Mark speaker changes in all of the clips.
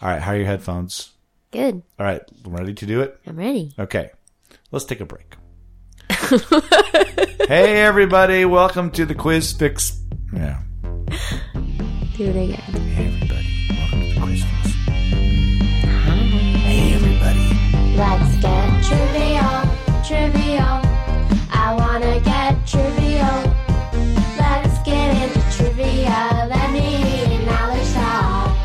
Speaker 1: All right, how are your headphones?
Speaker 2: Good.
Speaker 1: All right, ready to do it?
Speaker 2: I'm ready.
Speaker 1: Okay, let's take a break. hey, everybody, welcome to the Quiz Fix. Yeah.
Speaker 2: Do it again.
Speaker 1: Hey, everybody, welcome to the Quiz Fix. Hey, everybody.
Speaker 3: Let's get trivial, trivial. I wanna get trivial. Let's get into trivia. Let me hear your knowledge talk.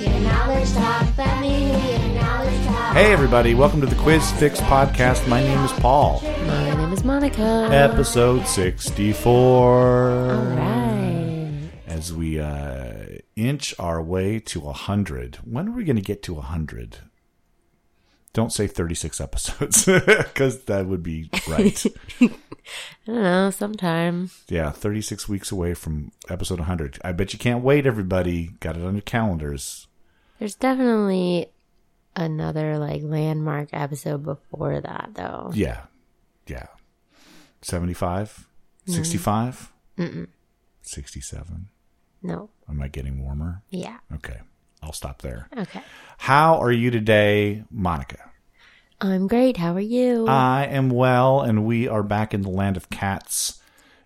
Speaker 3: Your knowledge talk. Let me hear your knowledge talk.
Speaker 1: Hey, everybody, welcome to the Quiz Fix podcast. My name is Paul.
Speaker 2: My name is Monica.
Speaker 1: Episode 64.
Speaker 2: All right.
Speaker 1: As we uh, inch our way to 100. When are we going to get to 100? Don't say 36 episodes because that would be right.
Speaker 2: I don't know. Sometime.
Speaker 1: Yeah, 36 weeks away from episode 100. I bet you can't wait, everybody. Got it on your calendars.
Speaker 2: There's definitely another like landmark episode before that, though.
Speaker 1: Yeah. Yeah. 75? 65? 67?
Speaker 2: No.
Speaker 1: Am I getting warmer?
Speaker 2: Yeah.
Speaker 1: Okay. I'll stop there.
Speaker 2: Okay.
Speaker 1: How are you today, Monica?
Speaker 2: I'm great. How are you?
Speaker 1: I am well, and we are back in the land of cats,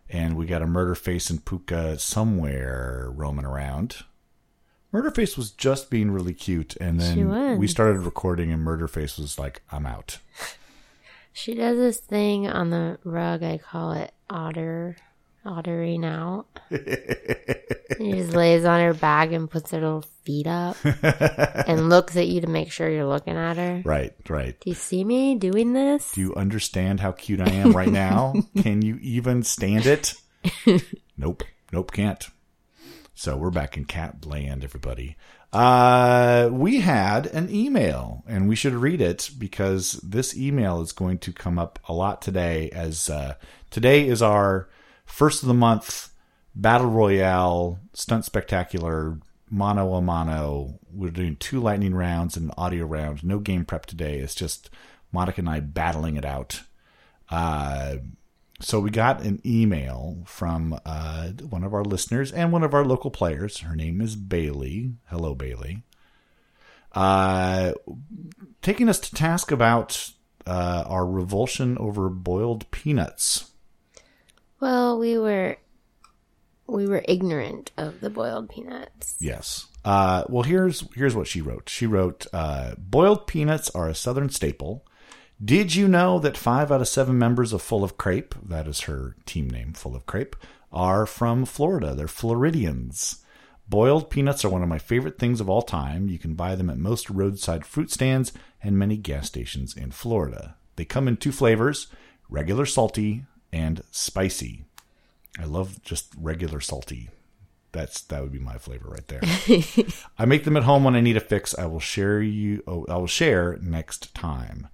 Speaker 1: and we got a murder face and Puka somewhere roaming around. Murderface was just being really cute, and
Speaker 2: She
Speaker 1: then
Speaker 2: was.
Speaker 1: we started recording, and Murderface was like, "I'm out."
Speaker 2: she does this thing on the rug. I call it otter, ottering out. she just lays on her back and puts her little feet up and looks at you to make sure you're looking at her.
Speaker 1: Right, right.
Speaker 2: Do you see me doing this?
Speaker 1: Do you understand how cute I am right now? Can you even stand it? nope, nope, can't. So we're back in cat land, everybody. Uh, we had an email, and we should read it because this email is going to come up a lot today. As uh, today is our first of the month battle royale stunt spectacular mono a mono. We're doing two lightning rounds and an audio round. No game prep today. It's just Monica and I battling it out. Uh, so we got an email from uh, one of our listeners and one of our local players. Her name is Bailey. Hello, Bailey. Uh, taking us to task about uh, our revulsion over boiled peanuts.
Speaker 2: Well, we were we were ignorant of the boiled peanuts.
Speaker 1: Yes. Uh, well, here's here's what she wrote. She wrote, uh, "Boiled peanuts are a Southern staple. Did you know that five out of seven members of Full of Crepe, that is her team name, Full of Crepe, are from Florida? They're Floridians. Boiled peanuts are one of my favorite things of all time. You can buy them at most roadside fruit stands and many gas stations in Florida. They come in two flavors: regular salty and spicy. I love just regular salty. That's that would be my flavor right there." I make them at home when I need a fix. I will share you. Oh, I will share next time.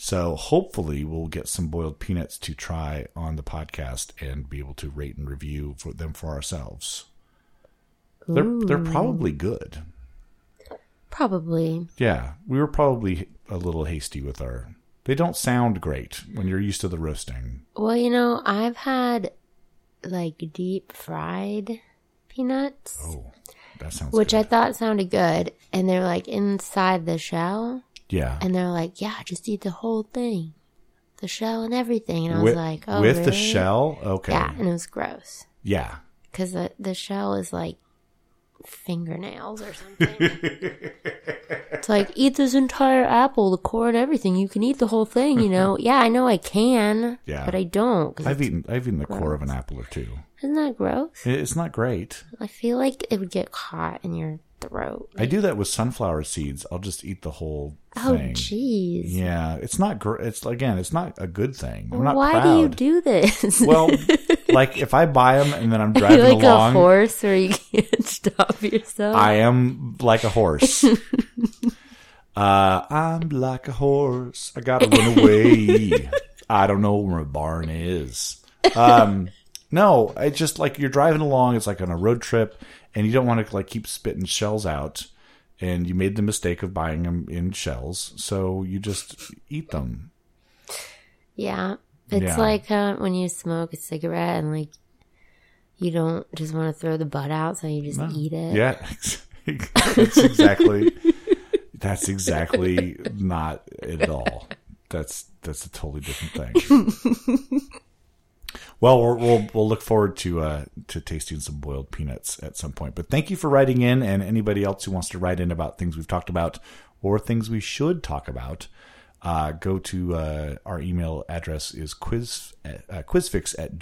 Speaker 1: So hopefully we'll get some boiled peanuts to try on the podcast and be able to rate and review for them for ourselves. They're they're probably good.
Speaker 2: Probably.
Speaker 1: Yeah, we were probably a little hasty with our. They don't sound great when you're used to the roasting.
Speaker 2: Well, you know, I've had like deep fried peanuts,
Speaker 1: Oh, that sounds.
Speaker 2: which
Speaker 1: good.
Speaker 2: I thought sounded good, and they're like inside the shell,
Speaker 1: yeah.
Speaker 2: and they're like, "Yeah, just eat the whole thing, the shell and everything." And I was
Speaker 1: with,
Speaker 2: like, "Oh,
Speaker 1: with the
Speaker 2: really?"
Speaker 1: shell, okay.
Speaker 2: Yeah, and it was gross
Speaker 1: yeah.
Speaker 2: because the, the shell is like fingernails or something. it's like eat this entire apple, the core and everything. You can eat the whole thing, you know. yeah, I know I can,
Speaker 1: Yeah.
Speaker 2: but I don't. 'cause
Speaker 1: I've
Speaker 2: it's-
Speaker 1: eaten I've eaten the core of an apple or two.
Speaker 2: isn't that gross?
Speaker 1: It- It's not great.
Speaker 2: I feel like it would get caught in your throat.
Speaker 1: I do that with sunflower seeds. I'll just eat the whole
Speaker 2: Oh,
Speaker 1: thing.
Speaker 2: jeez.
Speaker 1: Yeah, it's not. Gr- it's again, it's not a good thing. I'm not
Speaker 2: Why do you
Speaker 1: proud.
Speaker 2: do this?
Speaker 1: well, like if I buy them and then I'm
Speaker 2: Are you
Speaker 1: driving
Speaker 2: like a
Speaker 1: along,
Speaker 2: horse where you can't stop yourself?
Speaker 1: I am like a horse. uh, I'm like a horse. I gotta run away. I don't know where my barn is. Um, no, it's just like you're driving along. It's like on a road trip, and you don't want to like keep spitting shells out. And you made the mistake of buying them in shells, so you just eat them.
Speaker 2: Yeah. It's
Speaker 1: Yeah.
Speaker 2: like uh, when you smoke a cigarette and like you don't just want to throw the butt out, so you just eat it.
Speaker 1: Yeah, that's exactly. That's exactly not it at all. That's that's a totally different thing. well, we're, we'll we'll look forward to uh, to tasting some boiled peanuts at some point. But thank you for writing in, and anybody else who wants to write in about things we've talked about or things we should talk about. Uh, go to uh, our email address is quiz uh, quizfix at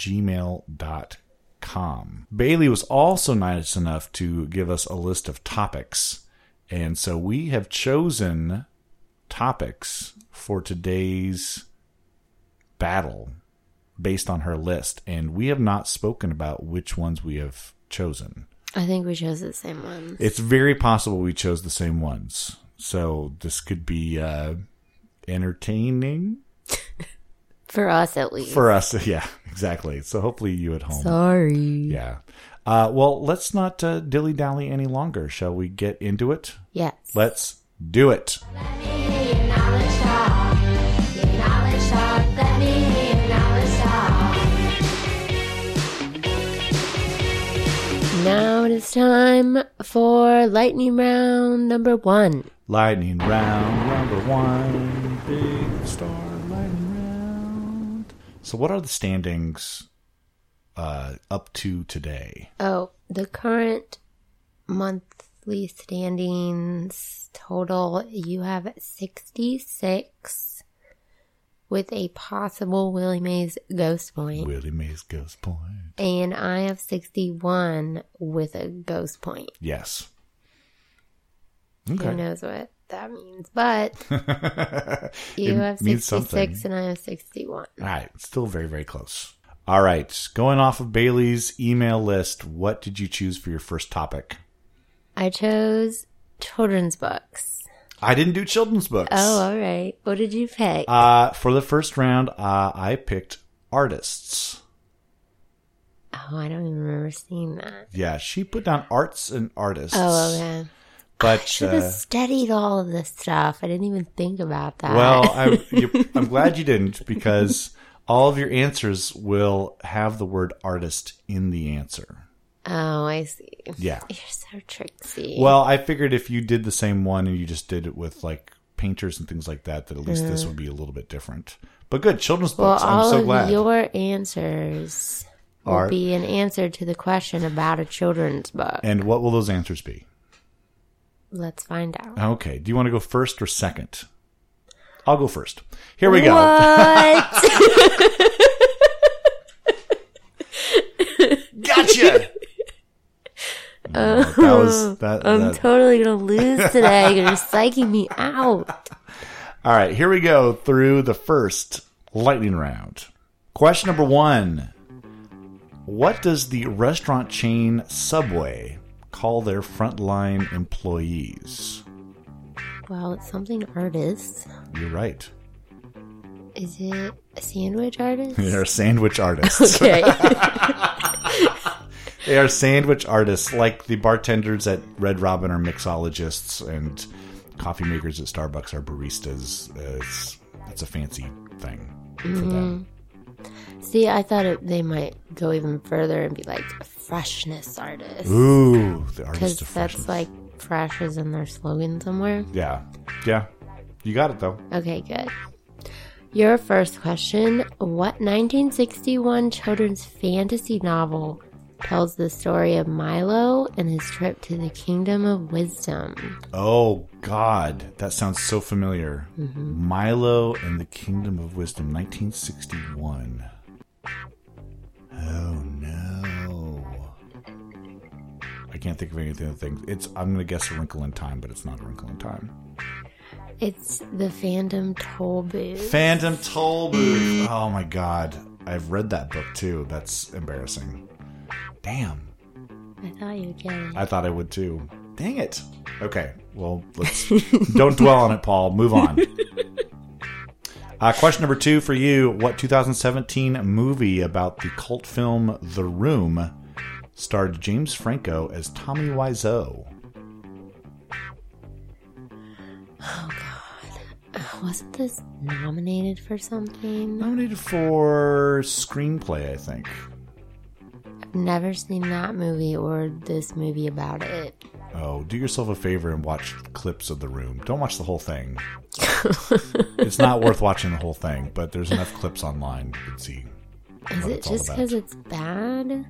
Speaker 1: gmail.com. Bailey was also nice enough to give us a list of topics. And so we have chosen topics for today's battle based on her list. And we have not spoken about which ones we have chosen.
Speaker 2: I think we chose the same ones.
Speaker 1: It's very possible we chose the same ones. So this could be uh, entertaining
Speaker 2: For us, at least.
Speaker 1: for us. Yeah, exactly. So hopefully you at home.
Speaker 2: Sorry.
Speaker 1: Yeah. Uh, well, let's not uh, dilly dally any longer. Shall we get into it?
Speaker 2: Yes.
Speaker 1: Let's do it.
Speaker 3: Let me acknowledge talk. Acknowledge talk. Let me acknowledge talk.
Speaker 2: now it is time for lightning round number one.
Speaker 1: Lightning round, number one, big star lightning round. So, what are the standings uh, up to today?
Speaker 2: Oh, the current monthly standings total you have 66 with a possible Willie Mays ghost point.
Speaker 1: Willie Mays Ghost Point.
Speaker 2: And I have 61 with a ghost point.
Speaker 1: Yes.
Speaker 2: Who
Speaker 1: Okay.
Speaker 2: knows what that means? But you
Speaker 1: It
Speaker 2: have
Speaker 1: means
Speaker 2: 66 and I have 61.
Speaker 1: All right, still very, very close. All right, going off of Bailey's email list, what did you choose for your first topic?
Speaker 2: I chose children's books.
Speaker 1: I didn't do children's books.
Speaker 2: Oh, all right. What did you pick?
Speaker 1: Uh, for the first round, uh, I picked artists.
Speaker 2: oh, I don't even remember seeing that.
Speaker 1: Yeah, she put down arts and artists.
Speaker 2: Oh, okay. I
Speaker 1: But
Speaker 2: should have
Speaker 1: uh,
Speaker 2: studied all of this stuff. I didn't even think about that.
Speaker 1: well, I, you, I'm glad you didn't because all of your answers will have the word artist in the answer.
Speaker 2: oh, I see.
Speaker 1: Yeah.
Speaker 2: You're so tricksy.
Speaker 1: Well, I figured if you did the same one and you just did it with like painters and things like that, that at least this would be a little bit different. But good, children's
Speaker 2: Mm. Well,
Speaker 1: books. I'm
Speaker 2: all
Speaker 1: so
Speaker 2: of
Speaker 1: glad.
Speaker 2: your answers will
Speaker 1: Are-
Speaker 2: be an answer to the question about a children's book.
Speaker 1: and what will those answers be?
Speaker 2: Let's find out.
Speaker 1: Okay. Do you want to go first or second? I'll go first. Here we go.
Speaker 2: What?
Speaker 1: Gotcha. Oh, that was that.
Speaker 2: I'm
Speaker 1: that-
Speaker 2: totally gonna lose today. You're psyching me out.
Speaker 1: All right, here we go through the first lightning round. Question number one What does the restaurant chain Subway call their frontline employees?
Speaker 2: Well, it's something artist.
Speaker 1: You're right.
Speaker 2: Is it a sandwich artist?
Speaker 1: They are sandwich artists.
Speaker 2: Okay.
Speaker 1: they are sandwich artists, like the bartenders at Red Robin are mixologists, and coffee makers at Starbucks are baristas. Uh, It's, it's a fancy thing for them.
Speaker 2: See, I thought it, they might go even further and be like a freshness artist
Speaker 1: Ooh, the artist
Speaker 2: because
Speaker 1: of
Speaker 2: that's
Speaker 1: freshness.
Speaker 2: like fresh is in their slogan somewhere.
Speaker 1: Yeah. Yeah. You got it though.
Speaker 2: Okay, good. Your first question What 1961 children's fantasy novel tells the story of Milo and his trip to the Kingdom of Wisdom?
Speaker 1: Oh god, that sounds so familiar.
Speaker 2: Mm-hmm.
Speaker 1: Milo and the Kingdom of Wisdom 1961. Oh no. I can't think of anything other thing. It's I'm going to guess a Wrinkle in Time, but it's not a Wrinkle in Time.
Speaker 2: It's the Fandom Toll Booth.
Speaker 1: Phantom Toll Booth. Oh my god. I've read that book too. That's embarrassing. Damn.
Speaker 2: I thought you'd get it.
Speaker 1: I thought I would too. Dang it. Okay. Well, let's don't dwell on it, Paul. Move on. Uh, question number two for you: What 2017 movie about the cult film *The Room* starred James Franco as Tommy Wiseau?
Speaker 2: Uh, Wasn't this nominated for something?
Speaker 1: Nominated for screenplay, I think.
Speaker 2: I've never seen that movie or this movie about it.
Speaker 1: Oh, do yourself a favor and watch clips of the room. Don't watch the whole thing. it's not worth watching the whole thing, but there's enough clips online you can see.
Speaker 2: Is
Speaker 1: what
Speaker 2: it
Speaker 1: it's all
Speaker 2: just
Speaker 1: about.
Speaker 2: because it's bad?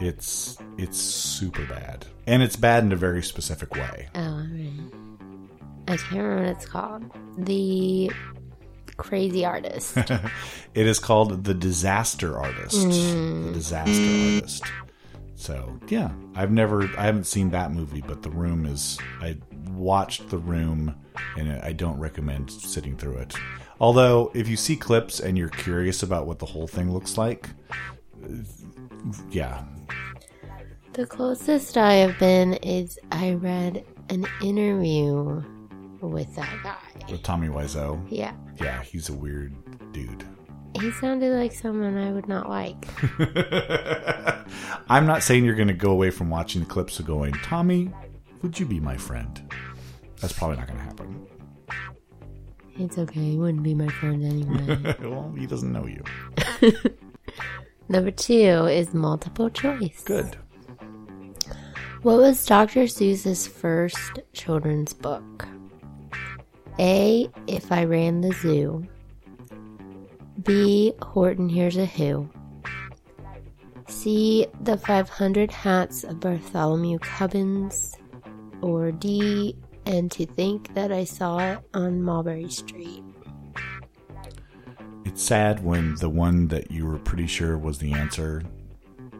Speaker 1: It's it's super bad, and it's bad in a very specific way.
Speaker 2: Oh, all right. I can't remember what it's called. The Crazy Artist.
Speaker 1: It is called the Disaster Artist. The Disaster Artist. So yeah, I've never, I haven't seen that movie, but The Room is. I watched The Room, and I don't recommend sitting through it. Although, if you see clips and you're curious about what the whole thing looks like, yeah,
Speaker 2: The closest I have been is I read an interview with that guy.
Speaker 1: with Tommy Wiseau,
Speaker 2: Yeah.
Speaker 1: yeah, he's a weird dude.
Speaker 2: He sounded like someone I would not like.
Speaker 1: I'm not saying you're going to go away from watching the clips of going, Tommy, would you be my friend? That's probably not going to happen.
Speaker 2: It's okay. He wouldn't be my friend anyway.
Speaker 1: well, he doesn't know you.
Speaker 2: Number two is multiple choice.
Speaker 1: Good.
Speaker 2: What was Dr. Seuss's first children's book? A. If I Ran the Zoo. B. Horton Hears a Who. C. The 500 Hats of Bartholomew Cubbins. Or D. And to think that I saw it on Mulberry Street.
Speaker 1: It's sad when the one that you were pretty sure was the answer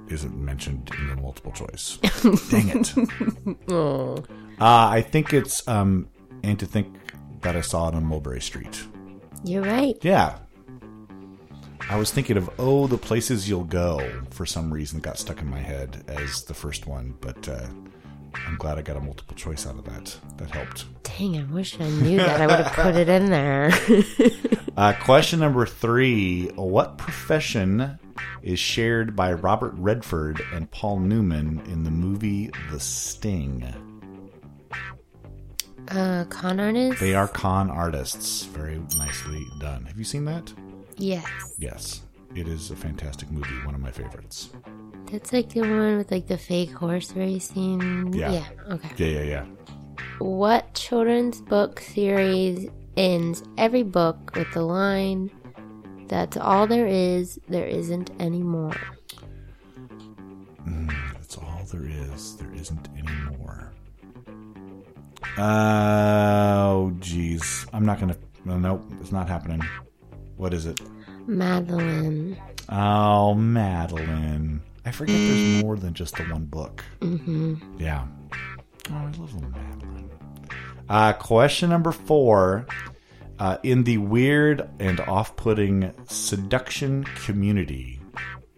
Speaker 1: isn't mentioned in the multiple choice. Dang it. Uh, I think it's, um, and to think that I saw it on Mulberry Street.
Speaker 2: You're right.
Speaker 1: Yeah. I was thinking of oh the places you'll go for some reason got stuck in my head as the first one, but uh, I'm glad I got a multiple choice out of that. That helped.
Speaker 2: Dang, I wish I knew that. I would have put it in there.
Speaker 1: Uh, question number three: What profession is shared by Robert Redford and Paul Newman in the movie The Sting?
Speaker 2: uh, con artist?
Speaker 1: They are con artists. Very nicely done. Have you seen that?
Speaker 2: Yes.
Speaker 1: Yes, it is a fantastic movie. One of my favorites.
Speaker 2: That's like the one with like the fake horse racing.
Speaker 1: Yeah.
Speaker 2: okay.
Speaker 1: Yeah, yeah, yeah.
Speaker 2: What children's book series ends every book with the line, That's all there is, there isn't any more?
Speaker 1: That's all there is. There isn't any more. Oh, jeez. I'm not gonna. No, nope, it's not happening. What is it?
Speaker 2: Madeline.
Speaker 1: Oh, Madeline. I forget there's more than just the one book. Mm-hmm. Yeah. Oh, I love little Madeline. Uh, question number four. Uh, in the weird and off-putting seduction community,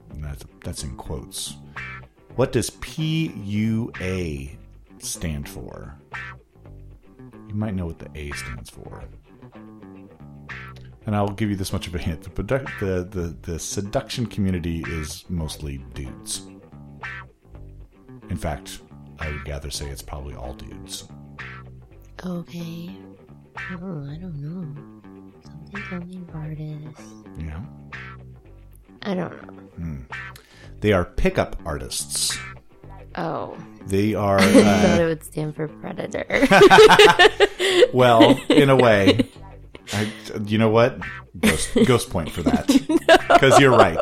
Speaker 1: and that's, that's in quotes. What does PUA stand for? You might know what the A stands for. And I'll give you this much of a hint: the produ- the the, the seduction community is mostly dudes. In fact, I would gather say it's probably all dudes.
Speaker 2: Okay. Oh, I don't know. Something, something artist.
Speaker 1: Yeah,
Speaker 2: I don't know.
Speaker 1: they are pickup artists.
Speaker 2: Oh,
Speaker 1: They are
Speaker 2: I
Speaker 1: uh,
Speaker 2: thought it would stand for predator.
Speaker 1: well, in a way. I, you know what? Ghost, ghost point for that because you're right.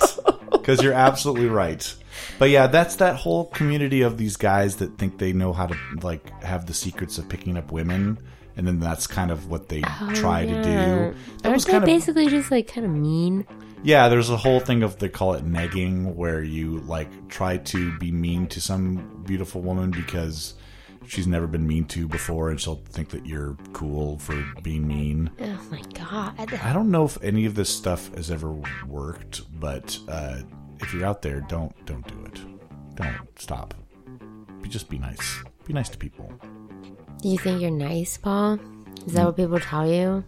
Speaker 1: Because you're absolutely right. But yeah, that's that whole community of these guys that think they know how to like have the secrets of picking up women, and then that's kind of what they try to do. That
Speaker 2: Oh, Aren't
Speaker 1: was
Speaker 2: they
Speaker 1: kind of
Speaker 2: basically just like kind of mean?
Speaker 1: yeah, there's a whole thing of they call it negging, where you like try to be mean to some beautiful woman because she's never been mean to before, and she'll think that you're cool for being mean.
Speaker 2: Oh my god.
Speaker 1: I don't know if any of this stuff has ever worked, but uh, if you're out there, don't don't do it. Don't stop. Be, just be nice. Be nice to people.
Speaker 2: Do you think you're nice, Paul? Is that what people tell you?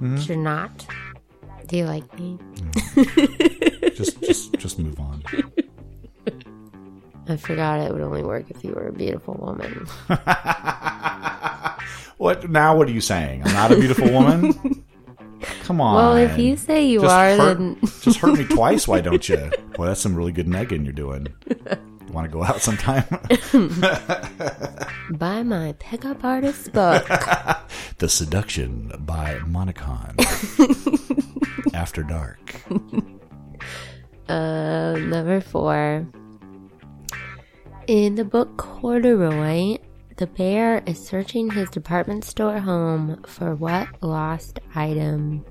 Speaker 2: That You're not. Do you like me?
Speaker 1: Just just just move on.
Speaker 2: I forgot it would only work if you were a beautiful woman.
Speaker 1: What now? What are you saying? I'm not a beautiful woman. Come on.
Speaker 2: Well, if you say you
Speaker 1: just
Speaker 2: are,
Speaker 1: hurt,
Speaker 2: then
Speaker 1: just hurt me twice. Why don't you? Boy, that's some really good negging you're doing. want to go out sometime.
Speaker 2: Buy my pickup artist book.
Speaker 1: the Seduction by Monicon. After Dark.
Speaker 2: Uh, number four. In the book Corduroy, the bear is searching his department store home for what lost item?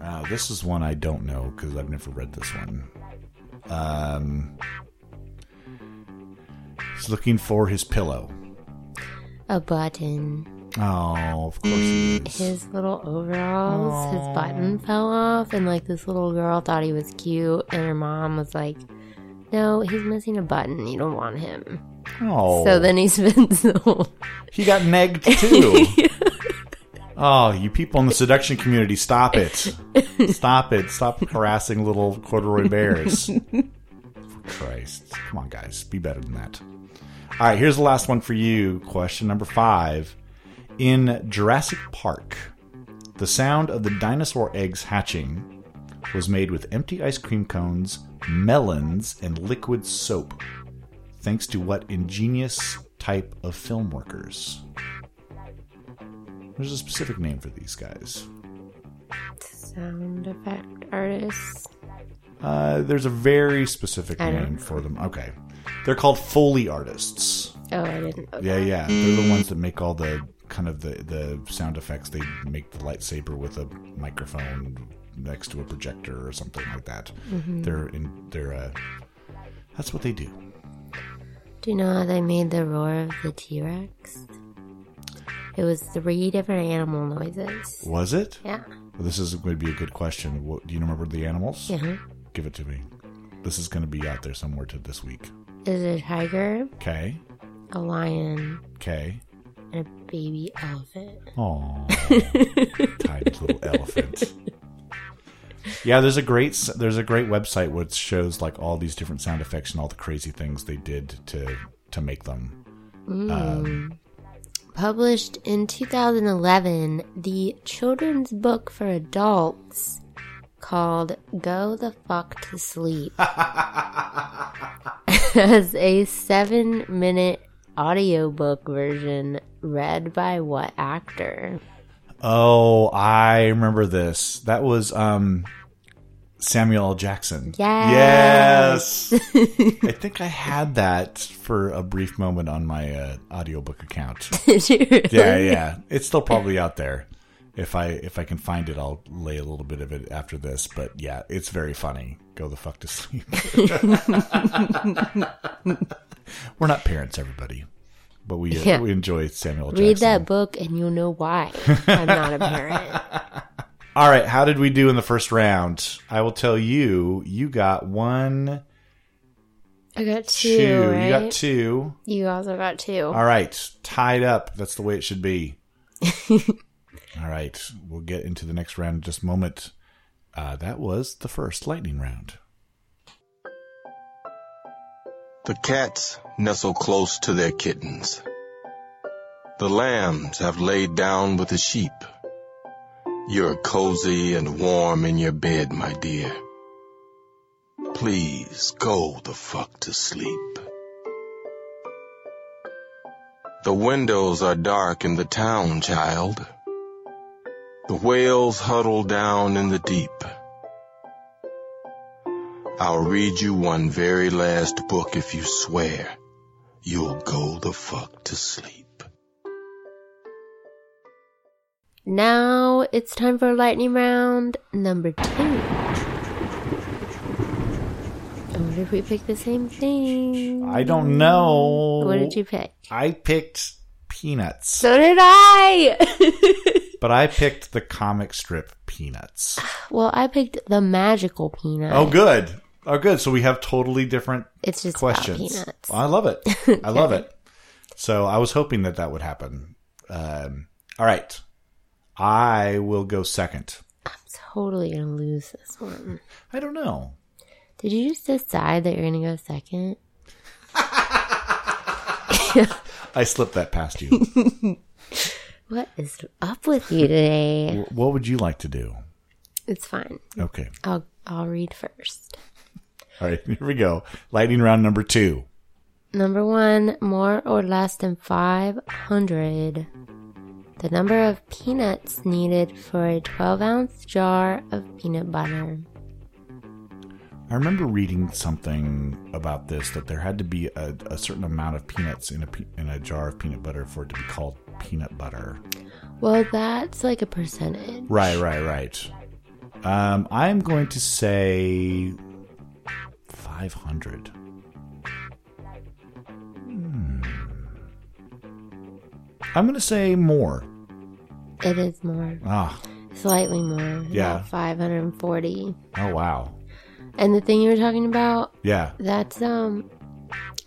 Speaker 1: Uh, this is one I don't know because I've never read this one. Um, he's looking for his pillow.
Speaker 2: A button.
Speaker 1: Oh, of course he is.
Speaker 2: His little overalls, his button fell off, and like this little girl thought he was cute, and her mom was like, No, he's missing a button. You don't want him.
Speaker 1: oh,
Speaker 2: So then he spends the whole
Speaker 1: he got negged too. oh, you people in the seduction community, stop it! Stop it! Stop harassing little corduroy bears. for Christ, come on, guys, be better than that. All right, here's the last one for you. Question number five. In Jurassic Park, the sound of the dinosaur eggs hatching was made with empty ice cream cones, melons, and liquid soap, thanks to what ingenious type of film workers? There's a specific name for these guys.
Speaker 2: sound effect artist.
Speaker 1: Uh, there's a very specific
Speaker 2: I don't-
Speaker 1: name for them. Okay. They're called Foley artists.
Speaker 2: Oh, I didn't. know
Speaker 1: Yeah,
Speaker 2: that.
Speaker 1: yeah. They're the ones that make all the kind of the, the sound effects. They make the lightsaber with a microphone next to a projector or something like that.
Speaker 2: Mm-hmm.
Speaker 1: They're in they're uh that's what they do.
Speaker 2: Do you know how they made the roar of the T Rex? It was three different animal noises.
Speaker 1: Was it?
Speaker 2: Yeah.
Speaker 1: This is going to be a good question. What, do you remember the animals?
Speaker 2: Yeah.
Speaker 1: Give it to me. This is going to be out there somewhere to this week.
Speaker 2: Is a tiger,
Speaker 1: Okay.
Speaker 2: a lion,
Speaker 1: Okay.
Speaker 2: and a baby elephant.
Speaker 1: Oh, tiny little elephant. Yeah, there's a great s- there's a great website which shows like all these different sound effects and all the crazy things they did to to make them.
Speaker 2: Published in 2011, the children's book for adults called Go the Fuck to Sleep has a seven minute audiobook version read by what actor?
Speaker 1: Oh, I remember this. That was um Samuel L. Jackson.
Speaker 2: Yes.
Speaker 1: Yes. I think I had that for a brief moment on my uh, audiobook account.
Speaker 2: Did you really?
Speaker 1: yeah yeah it's still probably out there if i if i can find it i'll lay a little bit of it after this but yeah it's very funny go the fuck to sleep we're not parents everybody but we
Speaker 2: Yeah.
Speaker 1: we enjoy samuel Jackson.
Speaker 2: Read that book and you'll know why I'm not a parent.
Speaker 1: all right how did we do in the first round i will tell you you got one
Speaker 2: I got
Speaker 1: two,
Speaker 2: two, right?
Speaker 1: you got two
Speaker 2: You also got two.
Speaker 1: All right, tied up. That's the way it should be. All right, we'll get into the next round in just a moment. Uh, that was the first lightning round.
Speaker 4: The cats nestle close to their kittens. The lambs have laid down with the sheep. You're cozy and warm in your bed, my dear. Please go the fuck to sleep. The windows are dark in the town, child. The whales huddle down in the deep. I'll read you one very last book if you swear you'll go the fuck to sleep.
Speaker 2: Now it's time for lightning round number two. I wonder if we picked the same thing.
Speaker 1: I don't know.
Speaker 2: What did you pick?
Speaker 1: I picked Peanuts,
Speaker 2: So did I!
Speaker 1: but I picked the comic strip Peanuts.
Speaker 2: well, I picked the magical peanut.
Speaker 1: Oh, good. Oh, good. So we have totally different
Speaker 2: It's just
Speaker 1: questions.
Speaker 2: about peanuts.
Speaker 1: I love it. I love it. So I was hoping that that would happen. Um, all right, I will go second.
Speaker 2: totally gonna lose this one.
Speaker 1: I don't know.
Speaker 2: Did you just decide that you're gonna go second?
Speaker 1: I slipped that past you.
Speaker 2: What is up with you today?
Speaker 1: W- what would you like to do?
Speaker 2: It's fine.
Speaker 1: Okay.
Speaker 2: I'll I'll read first.
Speaker 1: All right, here we go. Lightning round number two.
Speaker 2: Number one, more or less than 500. The number of peanuts needed for a 12 ounce jar of peanut butter.
Speaker 1: I remember reading something about this that there had to be a, a certain amount of peanuts in a pe- in a jar of peanut butter for it to be called peanut butter.
Speaker 2: Well, that's like a percentage.
Speaker 1: Right, right, right. Um, I'm going to say 500. Hmm. I'm going to say more.
Speaker 2: It is more.
Speaker 1: Ah,
Speaker 2: Slightly more. about
Speaker 1: Yeah.
Speaker 2: 540.
Speaker 1: oh wow.
Speaker 2: And the thing you were talking about,
Speaker 1: Yeah.
Speaker 2: that's, um,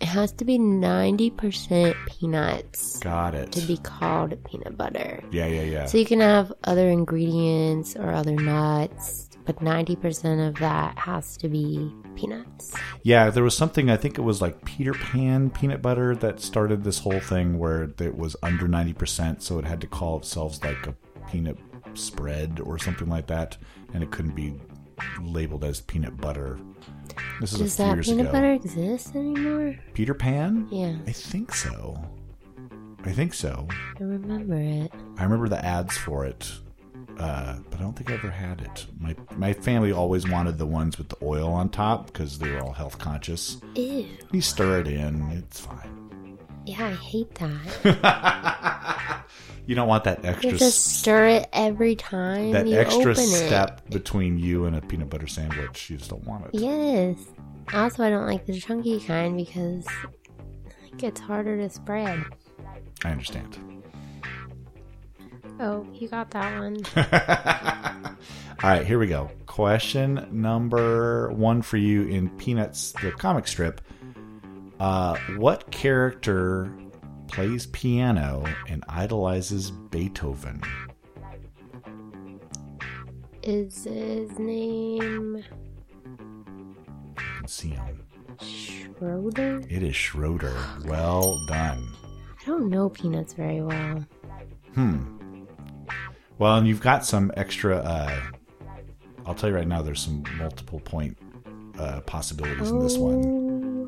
Speaker 2: it has to be 90% peanuts
Speaker 1: Got it.
Speaker 2: to be called peanut butter.
Speaker 1: yeah, yeah, yeah.
Speaker 2: So you can have other ingredients or other nuts, but 90% of that has to be peanuts.
Speaker 1: Yeah, there was something. I think it was like Peter Pan peanut butter that started this whole thing where it was under ninety percent, so it had to call itself like a peanut spread or something like that, and it couldn't be labeled as peanut butter. This is
Speaker 2: Does
Speaker 1: a few
Speaker 2: that
Speaker 1: years
Speaker 2: peanut
Speaker 1: ago.
Speaker 2: butter exist anymore?
Speaker 1: Peter Pan?
Speaker 2: Yeah,
Speaker 1: I think so. I think so.
Speaker 2: I remember it.
Speaker 1: I remember the ads for it, uh, but I don't think I ever had it. My my family always wanted the ones with the oil on top because they were all health conscious.
Speaker 2: Ew.
Speaker 1: You stir it in, it's fine.
Speaker 2: Yeah, I hate that.
Speaker 1: you don't want that
Speaker 2: You
Speaker 1: extra
Speaker 2: have to stir it every time
Speaker 1: that
Speaker 2: you
Speaker 1: extra
Speaker 2: open it.
Speaker 1: step between you and a peanut butter sandwich. You just don't want it.
Speaker 2: Yes. Also, I don't like the chunky kind because it gets harder to spread.
Speaker 1: I understand.
Speaker 2: Oh, you got that one.
Speaker 1: All right, here we go. Question number one for you in Peanuts, the comic strip. Uh, what character plays piano and idolizes Beethoven?
Speaker 2: Is his name
Speaker 1: You can see him.
Speaker 2: Schroeder?
Speaker 1: It is Schroeder. Well done.
Speaker 2: I don't know peanuts very well.
Speaker 1: Hmm. Well, and you've got some extra. Uh, I'll tell you right now, there's some multiple point uh, possibilities in this one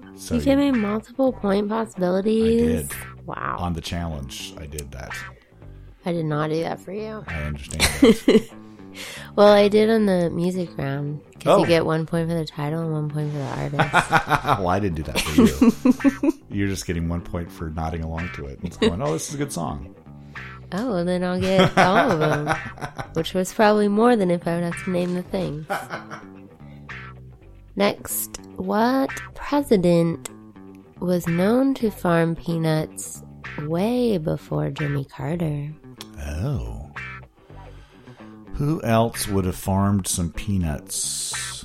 Speaker 2: Oh,
Speaker 1: So
Speaker 2: you
Speaker 1: you-
Speaker 2: gave me multiple point possibilities.
Speaker 1: I Um,
Speaker 2: Wow.
Speaker 1: on the challenge. I did that.
Speaker 2: I did not do that for you.
Speaker 1: I understand. That.
Speaker 2: Well, I did on the music round
Speaker 1: Oh.
Speaker 2: because you get one point for the title and one point for the artist.
Speaker 1: well, I didn't do that for you. You're just getting one point for nodding along to it. It's going, oh, this is a good song.
Speaker 2: oh, and then I'll get all of them, which was probably more than if I would have to name the thing. Next, what president was known to farm peanuts way before Jimmy Carter?
Speaker 1: Oh. Who else would have farmed some peanuts?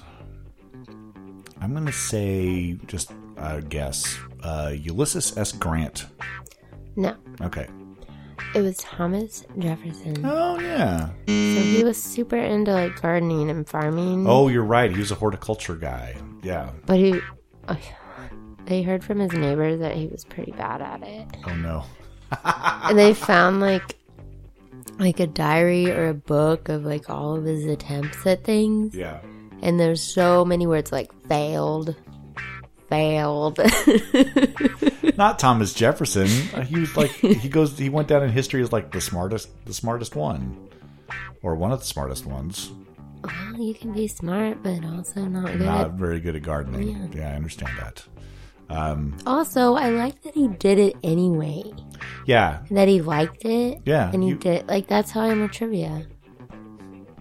Speaker 1: I'm going to say, just a guess, uh, Ulysses S. Grant.
Speaker 2: No,
Speaker 1: Okay.
Speaker 2: it was Thomas Jefferson.
Speaker 1: Oh, yeah.
Speaker 2: So he was super into like gardening and farming.
Speaker 1: Oh, you're right. He was a horticulture guy. Yeah.
Speaker 2: But he, oh, yeah. they heard from his neighbors that he was pretty bad at it,
Speaker 1: Oh, no.
Speaker 2: and they found like, like a diary or a book of like all of his attempts at things,
Speaker 1: Yeah.
Speaker 2: and there's so many words like failed, failed.
Speaker 1: Not Thomas Jefferson. Uh, He was like he goes he went down in history as like the smartest the smartest one. Or one of the smartest ones.
Speaker 2: well, you can be smart, but also not good.
Speaker 1: Not very good at gardening. Yeah, I understand that.
Speaker 2: Also, I like that he did it anyway.
Speaker 1: Yeah.
Speaker 2: That he liked it.
Speaker 1: Yeah,
Speaker 2: And he
Speaker 1: you-
Speaker 2: did it. Like that's how I'm with trivia.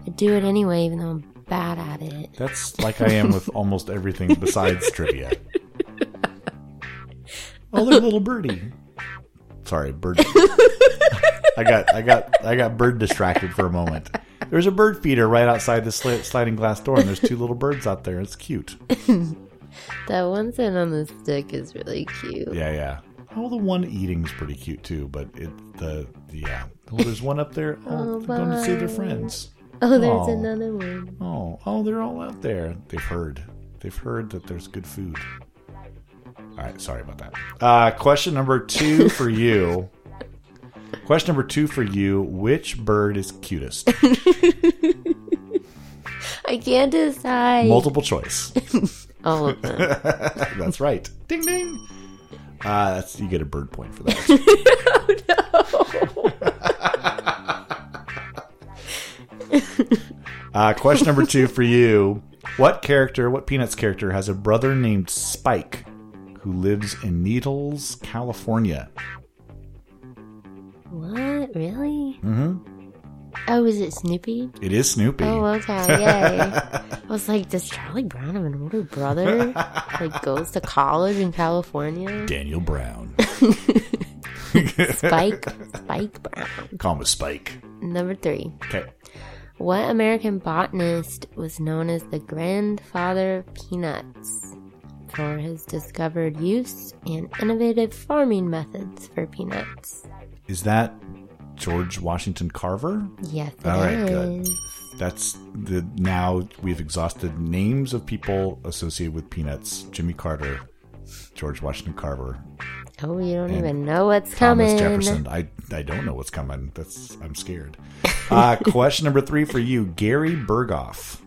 Speaker 2: I do it anyway, even though I'm bad at it.
Speaker 1: That's like I am with almost everything besides trivia. Oh look little birdie. Sorry, bird I got I got I got bird distracted for a moment. There's a bird feeder right outside the sli- sliding glass door, and there's two little birds out there. It's cute.
Speaker 2: That one set on the stick is really cute.
Speaker 1: Yeah, yeah. Oh, the one eating's pretty cute too, but it the yeah. Well, there's one up there. Oh,
Speaker 2: Oh,
Speaker 1: they're going to see their
Speaker 2: bye.
Speaker 1: friends.
Speaker 2: Oh, there's
Speaker 1: Aw.
Speaker 2: another one.
Speaker 1: Oh, oh, they're all out there. They've heard. They've heard that there's good food. All right, sorry about that. Uh, question number two for you. Question number two for you. Which bird is cutest?
Speaker 2: I can't decide.
Speaker 1: Multiple choice.
Speaker 2: All of them.
Speaker 1: That's right. Ding ding. Uh, that's you get a bird point for that. uh, question number two for you: What character, what Peanuts character, has a brother named Spike who lives in Needles, California?
Speaker 2: what? Really? Mm-hmm. Oh, is it Snoopy?
Speaker 1: It is Snoopy.
Speaker 2: Oh, okay. Yay. I was like, does Charlie Brown have an older brother? Like, goes to college in California?
Speaker 1: Daniel Brown.
Speaker 2: Spike, Spike Brown.
Speaker 1: Call him a Spike.
Speaker 2: Number three.
Speaker 1: Okay.
Speaker 2: What American botanist was known as the grandfather of peanuts for his discovered use and innovative farming methods for peanuts?
Speaker 1: Is that George Washington Carver?
Speaker 2: Yes, it is.
Speaker 1: All right, good. That's the now we've exhausted names of people associated with peanuts. Jimmy Carter, George Washington Carver,
Speaker 2: Oh, you don't
Speaker 1: And
Speaker 2: even know what's
Speaker 1: Thomas
Speaker 2: coming.
Speaker 1: Jefferson. I I don't know what's coming. That's I'm scared. Uh, question number three for you: Gary Berghoff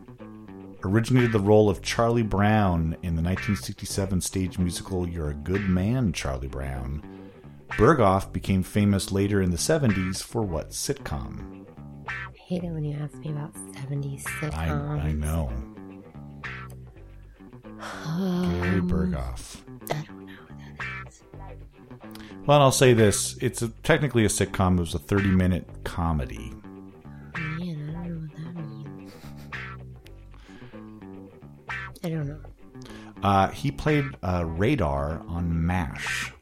Speaker 1: originated the role of Charlie Brown in the 1967 stage musical "You're a Good Man, Charlie Brown." Berghoff became famous later in the 70s for what sitcom?
Speaker 2: I hate it when you ask me about Um, 70s
Speaker 1: I
Speaker 2: sitcoms.
Speaker 1: I know
Speaker 2: Um,
Speaker 1: Gary Berghoff.
Speaker 2: I don't know what that is.
Speaker 1: Well, and I'll say this: it's a, technically a sitcom. It was a 30-minute comedy.
Speaker 2: Man, I don't know what that means. I don't know.
Speaker 1: Uh, he played uh, Radar on MASH.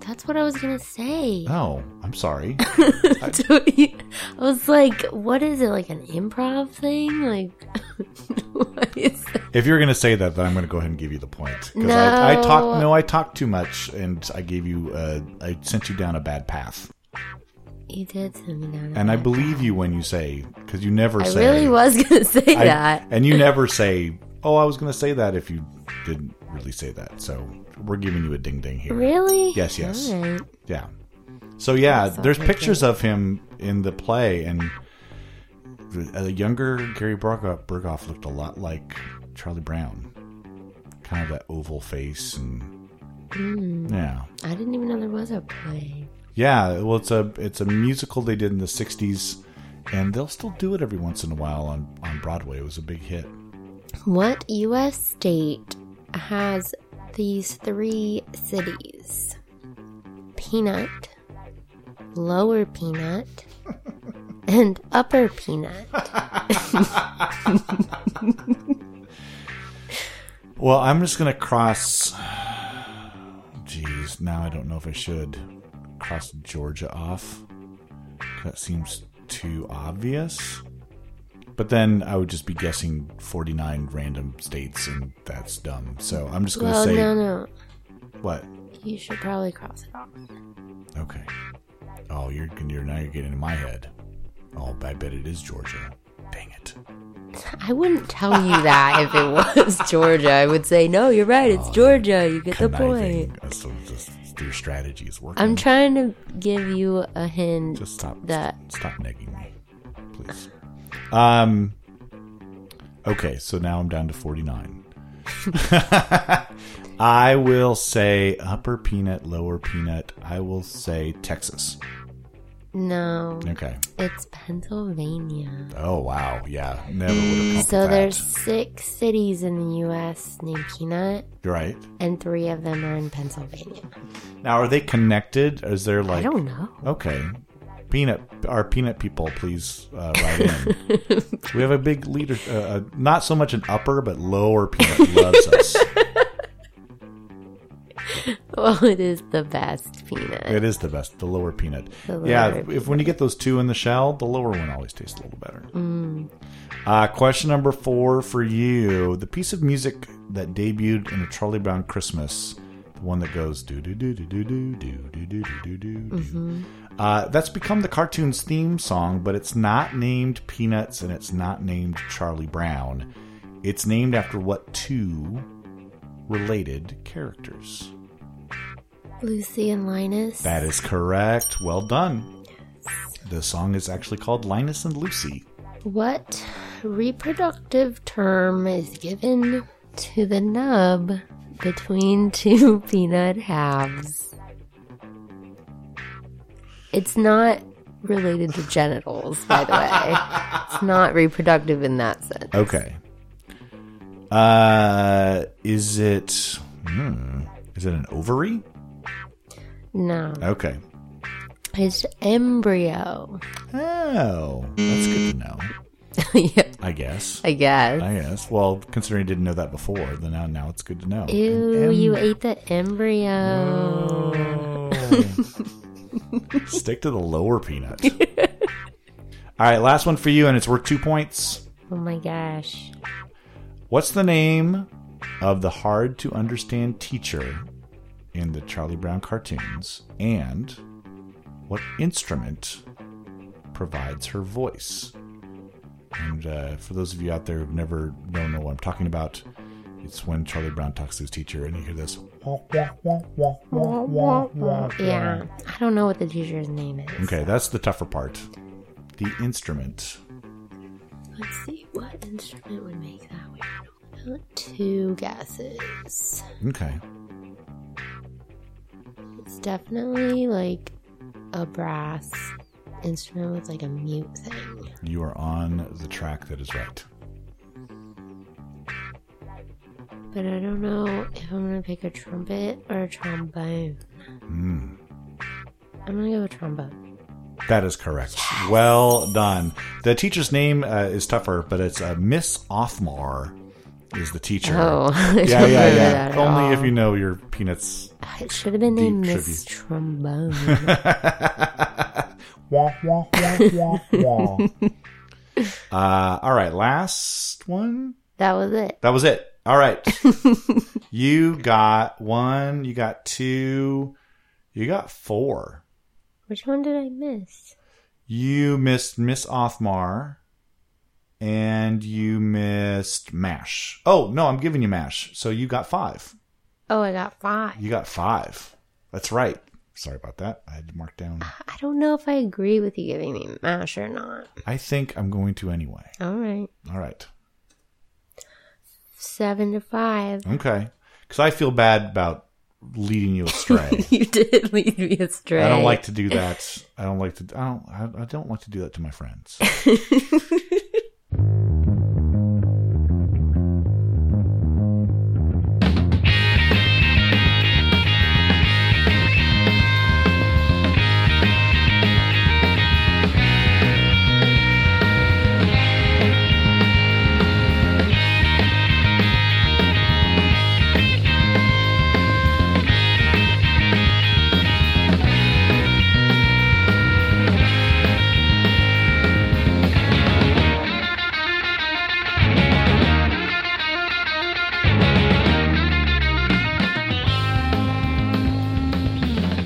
Speaker 2: That's what I was gonna say.
Speaker 1: Oh, I'm sorry.
Speaker 2: So, I was like, what is it, like an improv thing? Like, what is that?
Speaker 1: if you're going to say that, then I'm going to go ahead and give you the point because I, I
Speaker 2: No.
Speaker 1: talked. No, I talked too much, and I gave you. Uh, I sent you down a bad path,
Speaker 2: You did send me down. a
Speaker 1: and I
Speaker 2: path.
Speaker 1: believe you when you say because you never
Speaker 2: Mm-hmm. I
Speaker 1: say.
Speaker 2: really was gonna say
Speaker 1: I-
Speaker 2: that.
Speaker 1: and you never say. Oh, I was going to say that if you didn't really say that. So we're giving you a ding ding here.
Speaker 2: Really?
Speaker 1: Yes, yes.
Speaker 2: All right.
Speaker 1: Yeah. So yeah,
Speaker 2: sounds
Speaker 1: there's
Speaker 2: like
Speaker 1: pictures of him in the play, and a younger Gary Berghoff, Berghoff looked a lot like Charlie Brown, kind of that oval face, and yeah,
Speaker 2: I didn't even know there was a play.
Speaker 1: yeah. Well, it's a it's a musical they did in the '60s, and they'll still do it every once in a while on on Broadway. It was a big hit.
Speaker 2: What U.S. state has these three cities? Peanut, Lower Peanut, and Upper Peanut.
Speaker 1: Well, I'm just gonna cross. Jeez, now I don't know if I should cross Georgia off. That seems too obvious. But then I would just be guessing 49 random states, and that's dumb. So I'm just gonna
Speaker 2: Well,
Speaker 1: say
Speaker 2: no, no.
Speaker 1: what?
Speaker 2: You should probably cross it off.
Speaker 1: Okay. Oh, you're you're now you're getting in my head. Oh, I bet it is Georgia. Dang it.
Speaker 2: I wouldn't tell you that if it was Georgia. I would say, no, you're right. It's Georgia. You get the point.
Speaker 1: Oh, Conniving. So just, your strategy is working.
Speaker 2: I'm trying to give you a hint.
Speaker 1: Just stop
Speaker 2: that.
Speaker 1: Stop negging me, please. Um. Okay, so now I'm down to 49. I will say upper peanut, lower peanut. I will say Texas.
Speaker 2: No,
Speaker 1: Okay.
Speaker 2: it's Pennsylvania.
Speaker 1: Oh wow, yeah, never would have. come to
Speaker 2: Mm, So
Speaker 1: that.
Speaker 2: there's six cities in the U.S. named Peanut,
Speaker 1: You're right.
Speaker 2: and three of them are in Pennsylvania.
Speaker 1: Now are they connected? Is there like
Speaker 2: I don't know.
Speaker 1: Okay. Peanut, our peanut people, please uh, write in. we have a big leader, uh, uh, not so much an upper, but lower peanut loves us.
Speaker 2: Well, it is the best peanut.
Speaker 1: It is the best, the lower peanut.
Speaker 2: The
Speaker 1: yeah,
Speaker 2: lower
Speaker 1: if when you get those two in the shell, the lower one always tastes a little better.
Speaker 2: Mm.
Speaker 1: Uh, question number four for you: the piece of music that debuted in a Charlie Brown Christmas, the one that goes do do do do do do do do do do do
Speaker 2: Mm-hmm.
Speaker 1: do. Uh, that's become the cartoon's theme song, but it's not named Peanuts and it's not named Charlie Brown. It's named after what two related characters?
Speaker 2: Lucy and Linus.
Speaker 1: That is correct. Well done. The song is actually called Linus and Lucy.
Speaker 2: What reproductive term is given to the nub between two peanut halves. It's not related to genitals, by the way. It's not reproductive in that sense.
Speaker 1: Okay. Uh, is it? Hmm, is it an ovary?
Speaker 2: No.
Speaker 1: Okay.
Speaker 2: It's embryo.
Speaker 1: Oh, that's good to know.
Speaker 2: yeah,
Speaker 1: I guess.
Speaker 2: I guess.
Speaker 1: I guess. Well, considering I didn't know that before, then now now it's good to know.
Speaker 2: Ew,
Speaker 1: An
Speaker 2: you ate the embryo.
Speaker 1: embryo. Stick to the lower peanut. All right, last one for you, and it's worth two points.
Speaker 2: Oh my gosh.
Speaker 1: What's the name of the hard to understand teacher in the Charlie Brown cartoons? And what instrument provides her voice? And uh, for those of you out there who've never don't know what I'm talking about, it's when Charlie Brown talks to his teacher and you hear this. "Wah, wah, wah, wah, wah, wah, wah."
Speaker 2: Yeah, I don't know what the teacher's name is.
Speaker 1: Okay, that's the tougher part. The instrument.
Speaker 2: Let's see, what instrument would make that weird? Two guesses.
Speaker 1: Okay.
Speaker 2: It's definitely like a brass instrument with like a mute thing.
Speaker 1: You are on the track that is right.
Speaker 2: But I don't know if I'm gonna pick a trumpet or a trombone.
Speaker 1: Hmm.
Speaker 2: I'm gonna go with trombone.
Speaker 1: That is correct. Well done. The teacher's name uh, is tougher, but it's uh, Miss Othmar is the teacher.
Speaker 2: Oh, I
Speaker 1: yeah, yeah,
Speaker 2: don't remember
Speaker 1: yeah.
Speaker 2: that at
Speaker 1: Only
Speaker 2: all.
Speaker 1: if you know your peanuts.
Speaker 2: It should have been
Speaker 1: Deep
Speaker 2: named Miss
Speaker 1: trivia.
Speaker 2: Trombone.
Speaker 1: wah, wah, wah, wah, wah. Uh, all right, last one.
Speaker 2: that was it.
Speaker 1: That was it. All right. you got one, you got two, you got four.
Speaker 2: Which one did I miss?
Speaker 1: You missed Miss Othmar and you missed MASH. Oh, no, I'm giving you MASH. So you got five.
Speaker 2: Oh, I got five.
Speaker 1: You got five. That's right. Sorry about that. I had to mark down.
Speaker 2: I don't know if I agree with you giving me mash or not.
Speaker 1: I think I'm going to anyway.
Speaker 2: All right.
Speaker 1: All right.
Speaker 2: Seven to five.
Speaker 1: Okay. Because I feel bad about leading you astray.
Speaker 2: You did lead me astray.
Speaker 1: I don't like to do that. I don't like to. I don't. I, I don't like to do that to my friends.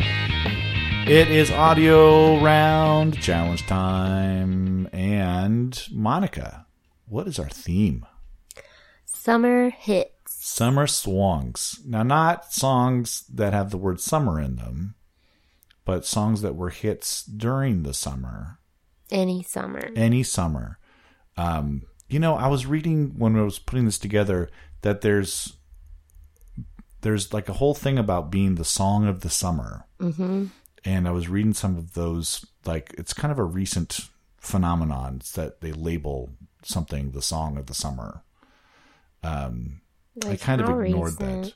Speaker 1: It is audio round challenge time. And Monica, what is our theme?
Speaker 2: summer hits.
Speaker 1: Summer songs. Now, not songs that have the word summer in them, but songs that were hits during the summer,
Speaker 2: Any summer.
Speaker 1: any summer. Um, you know, I was reading when I was putting this together that there's there's like a whole thing about being the song of the summer.
Speaker 2: Mm-hmm.
Speaker 1: and I was reading some of those. Like it's kind of a recent phenomenon it's that they label something the song of the summer. Um, I kind of ignored that.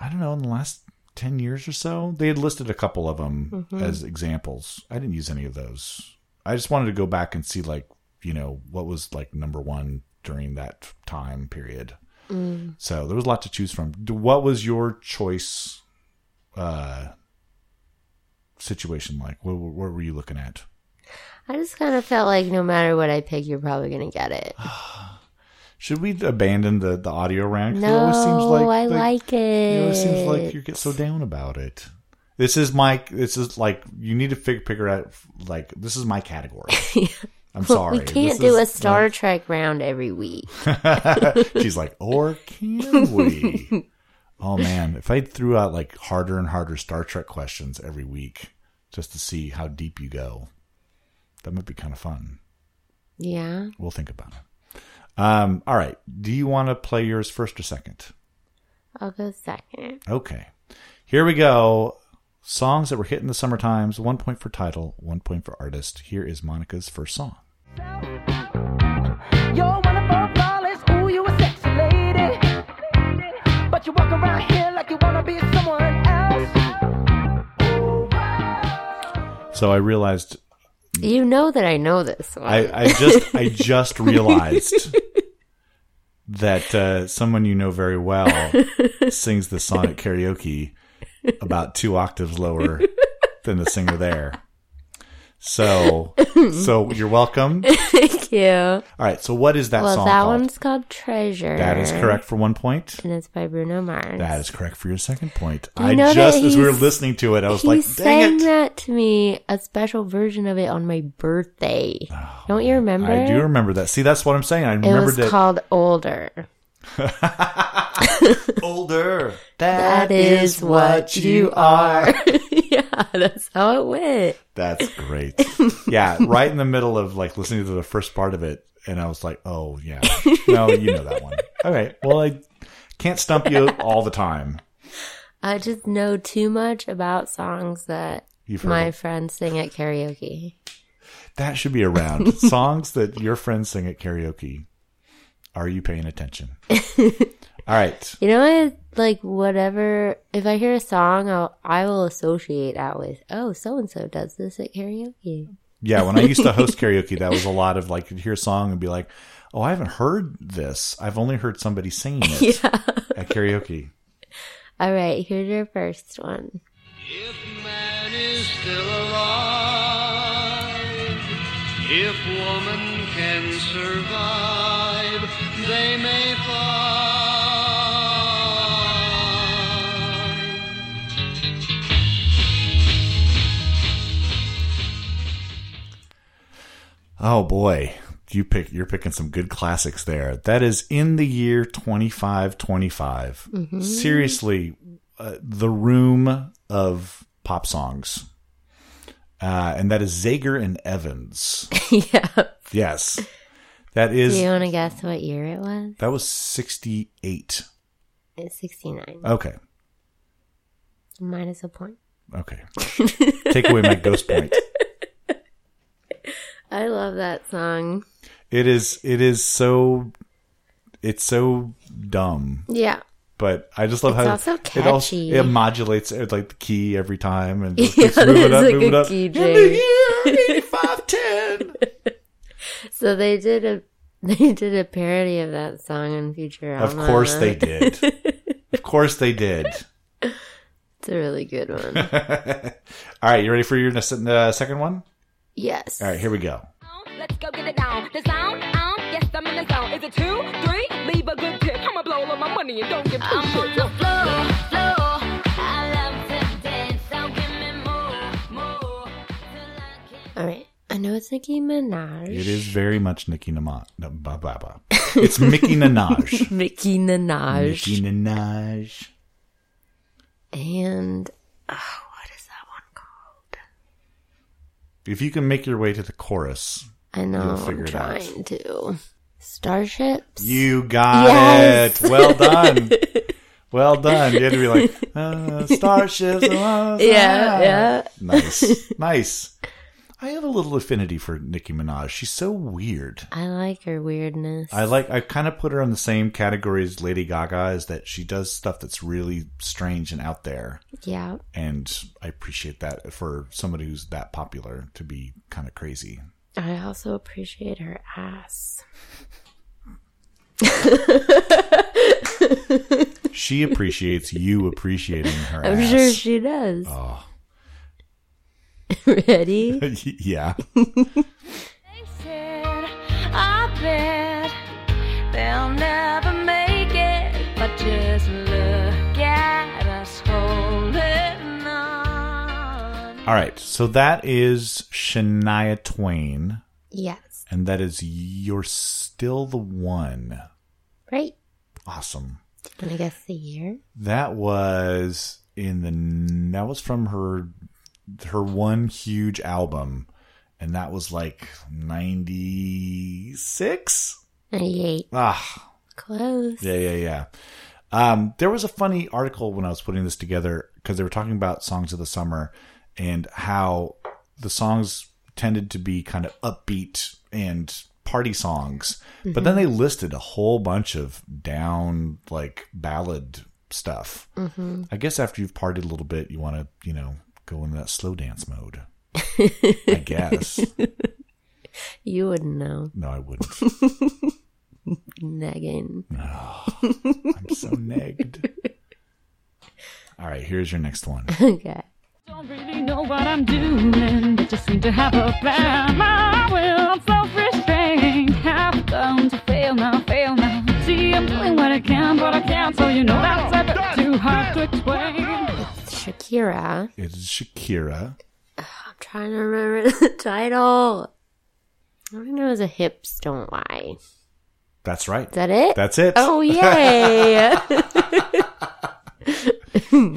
Speaker 1: I don't know. In the last ten years or so, they had listed a couple of them as examples. I didn't use any of those. I just wanted to go back and see, like, you know, what was like number one during that time period. So there was a lot to choose from. D- What was your choice? Uh, situation like? What, what were you looking at?
Speaker 2: I just kind of felt like no matter what I pick, you're probably going to get it.
Speaker 1: Should we abandon the, the audio round? 'Cause it
Speaker 2: no,
Speaker 1: always seems like,
Speaker 2: I
Speaker 1: like-
Speaker 2: like it.
Speaker 1: It always seems like you get so down about it. This is my. This is like you need to fig- figure out. Like this is my category. I'm sorry.
Speaker 2: We
Speaker 1: this
Speaker 2: can't do a
Speaker 1: is-
Speaker 2: Star Trek round every week.
Speaker 1: She's like, or can we? oh man, if I threw out like harder and harder Star Trek questions every week just to see how deep you go, that might be kind of fun.
Speaker 2: yeah.
Speaker 1: We'll think about it. Um, all right. Do you want to play yours first or second?
Speaker 2: I'll go second.
Speaker 1: Okay. Here we go. Songs that were hit in the summer times. One point for title, one point for artist. Here is Monica's first song.
Speaker 5: You're one of our flawless, ooh, you a sexy lady. But you walk around here like you wanna be someone else.
Speaker 1: So I realized
Speaker 2: You know that I know this one.
Speaker 1: I, I just I just realized that uh, someone you know very well sings the song at karaoke about two octaves lower than the singer there. So so you're welcome. All
Speaker 2: Thank you.
Speaker 1: right. So what is that
Speaker 2: Well,
Speaker 1: song?
Speaker 2: that
Speaker 1: called?
Speaker 2: one's called Treasure.
Speaker 1: That is correct for one point.
Speaker 2: And it's by Bruno Mars.
Speaker 1: That is correct for your second point.
Speaker 2: you
Speaker 1: I
Speaker 2: know that
Speaker 1: just as we were
Speaker 2: he's-
Speaker 1: listening to it, I was
Speaker 2: he
Speaker 1: like,
Speaker 2: sang
Speaker 1: "Dang it!"
Speaker 2: that to me, a special version of it on my birthday. Don't you remember?
Speaker 1: Oh, I
Speaker 2: it?
Speaker 1: do remember that. See, that's what I'm saying. I
Speaker 2: It
Speaker 1: remembered
Speaker 2: was
Speaker 1: that
Speaker 2: called Older.
Speaker 1: older.
Speaker 2: That is what you are. yeah, that's how it went.
Speaker 1: That's great. yeah, right in the middle of like listening to the first part of it, and I was like, "Oh yeah, no, you know that one." All right. Well, I can't stump you all the time.
Speaker 2: I just know too much about songs that
Speaker 1: You've heard
Speaker 2: my
Speaker 1: of-
Speaker 2: friends sing at karaoke.
Speaker 1: that should be around songs that your friends sing at karaoke. Are you paying attention? all right.
Speaker 2: You know, I like whatever. If I hear a song, I'll, I will associate that with, oh, so and so does this at karaoke.
Speaker 1: Yeah, when I used to host karaoke, that was a lot of like you'd hear a song and be like, "Oh, I haven't heard this. I've only heard somebody singing it at karaoke."
Speaker 2: All right, here's your first one.
Speaker 6: If man is still alive, if woman can survive, they may fly.
Speaker 1: Oh boy, you pick you're picking some good classics there. That is in the year 2525. Seriously, uh, the room of pop songs. Uh, and that is Zager and Evans.
Speaker 2: yeah.
Speaker 1: Yes. That
Speaker 2: Do
Speaker 1: is
Speaker 2: you want to guess what year it was?
Speaker 1: that was 68.
Speaker 2: It's 69.
Speaker 1: Okay.
Speaker 2: Minus a point.
Speaker 1: Okay. Take away my ghost point.
Speaker 2: I love that song.
Speaker 1: It is it is so it's so dumb.
Speaker 2: Yeah.
Speaker 1: but I just love
Speaker 2: It's
Speaker 1: how
Speaker 2: also
Speaker 1: it also
Speaker 2: catchy.
Speaker 1: it modulates it, like the key every time and just
Speaker 2: Yeah,
Speaker 1: keeps moving
Speaker 2: it's
Speaker 1: up,
Speaker 2: like
Speaker 1: moving
Speaker 2: a
Speaker 1: up.
Speaker 2: key
Speaker 1: In
Speaker 2: change.
Speaker 1: the year eighty-five ten.
Speaker 2: So they did a they did a parody of that song on Futurama.
Speaker 1: Of course they did. Of course they did.
Speaker 2: It's a really good one.
Speaker 1: All right, you ready for your s- uh, second one?
Speaker 2: yes.
Speaker 1: All right, here we go.
Speaker 5: Let's go get it down. The sound, um, yes, I'm in the zone. Is it two, three? Leave a good tip. I'ma blow all of my money and don't give two
Speaker 3: I'm on
Speaker 5: shits.
Speaker 3: the floor, floor. I love to dance, so give me more, more. Till I can't
Speaker 2: All right. I know it's Nicki Minaj.
Speaker 1: It is very much Nicki Minaj. No, blah, blah, blah. It's Mickey Minaj.
Speaker 2: Nicki Minaj.
Speaker 1: Nicki Minaj.
Speaker 2: And oh, what is that one called?
Speaker 1: If you can make your way to the chorus,
Speaker 2: I know.
Speaker 1: You'll figure
Speaker 2: I'm
Speaker 1: it out.
Speaker 2: trying to. Starships.
Speaker 1: You got
Speaker 2: Yes.
Speaker 1: it. Well done. well done. You had to be like, uh, starships. uh,
Speaker 2: Yeah, yeah.
Speaker 1: Nice. Nice. I have a little affinity for Nicki Minaj. She's so weird.
Speaker 2: I like her weirdness.
Speaker 1: I like, I kind of put her in the same category as Lady Gaga, is that she does stuff that's really strange and out there.
Speaker 2: yeah.
Speaker 1: And I appreciate that for somebody who's that popular to be kind of crazy.
Speaker 2: I also appreciate her ass.
Speaker 1: She appreciates you appreciating her.
Speaker 2: I'm
Speaker 1: ass.
Speaker 2: sure she does.
Speaker 1: Oh.
Speaker 2: Ready?
Speaker 1: yeah.
Speaker 5: said, I bet they'll never make it. But just look at us holding on.
Speaker 1: All right. So that is Shania Twain,
Speaker 2: yes.
Speaker 1: and that is You're Still the One.
Speaker 2: Right.
Speaker 1: Awesome.
Speaker 2: Wanna guess the year?
Speaker 1: That was in the that was from her her one huge album and that was like 96
Speaker 2: 98.
Speaker 1: Ah,
Speaker 2: Close.
Speaker 1: Yeah, yeah, yeah. Um, there was a funny article when I was putting this together because they were talking about songs of the summer and how the songs tended to be kind of upbeat and party songs, but then they listed a whole bunch of down like ballad stuff. I guess after you've partied a little bit, you want to you know go into that slow dance mode. I guess
Speaker 2: You wouldn't know.
Speaker 1: no, I wouldn't.
Speaker 2: Negging.
Speaker 1: I'm so negged. All right, here's your next one.
Speaker 2: Okay.
Speaker 7: Don't really know what I'm doing, but just seem to have a plan. My will, I'm self-restrained. Have come to fail now, fail now. See, I'm doing what I can, but I can't. So you know that's a bit too hard to explain.
Speaker 2: Shakira.
Speaker 1: It's Shakira.
Speaker 2: I'm trying to remember the title. I know it's a hips don't lie. Is
Speaker 1: That's right.
Speaker 2: that it?
Speaker 1: That's it.
Speaker 2: oh, yay.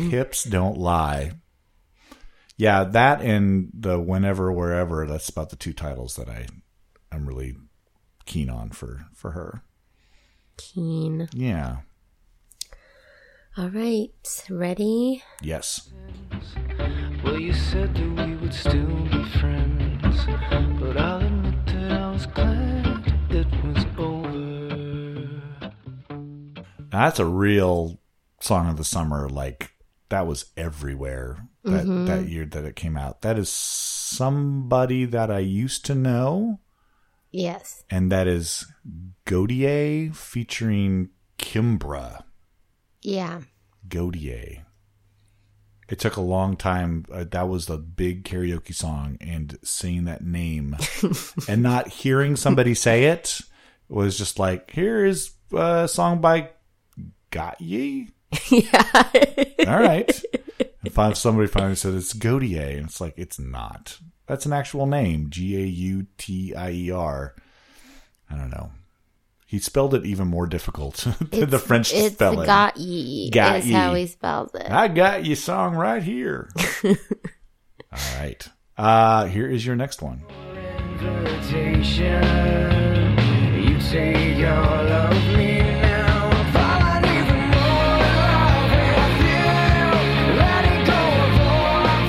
Speaker 1: Hips don't lie. Yeah, that and the whenever, wherever. That's about the two titles that I, I'm really keen on for for her.
Speaker 2: Keen.
Speaker 1: Yeah.
Speaker 2: All right. Ready?
Speaker 1: Yes.
Speaker 8: Well, you said that we would still be friends, but I'll admit that I was glad it was over.
Speaker 1: Now, that's a real song of the summer. Like that was everywhere that
Speaker 2: Mm-hmm.
Speaker 1: that year that it came out. That is somebody that I used to know.
Speaker 2: Yes.
Speaker 1: and that is Godier featuring Kimbra.
Speaker 2: Yeah.
Speaker 1: Godier. It took a long time. Uh, that was the big karaoke song, and saying that name and not hearing somebody say it was just like, here is a song by Gotye.
Speaker 2: yeah.
Speaker 1: All right. And finally, somebody finally said it's Godier. And it's like, it's not. That's an actual name G A U T I E R. I don't know. He spelled it even more difficult than the French
Speaker 2: it's
Speaker 1: spelling.
Speaker 2: got ye.
Speaker 1: Got
Speaker 2: is how
Speaker 1: ye. Ah.
Speaker 2: he spells it.
Speaker 1: I got your song right here. All right. Uh, here is your next one.
Speaker 8: Invitation, you say you love me now. If I had even more love with you, letting go of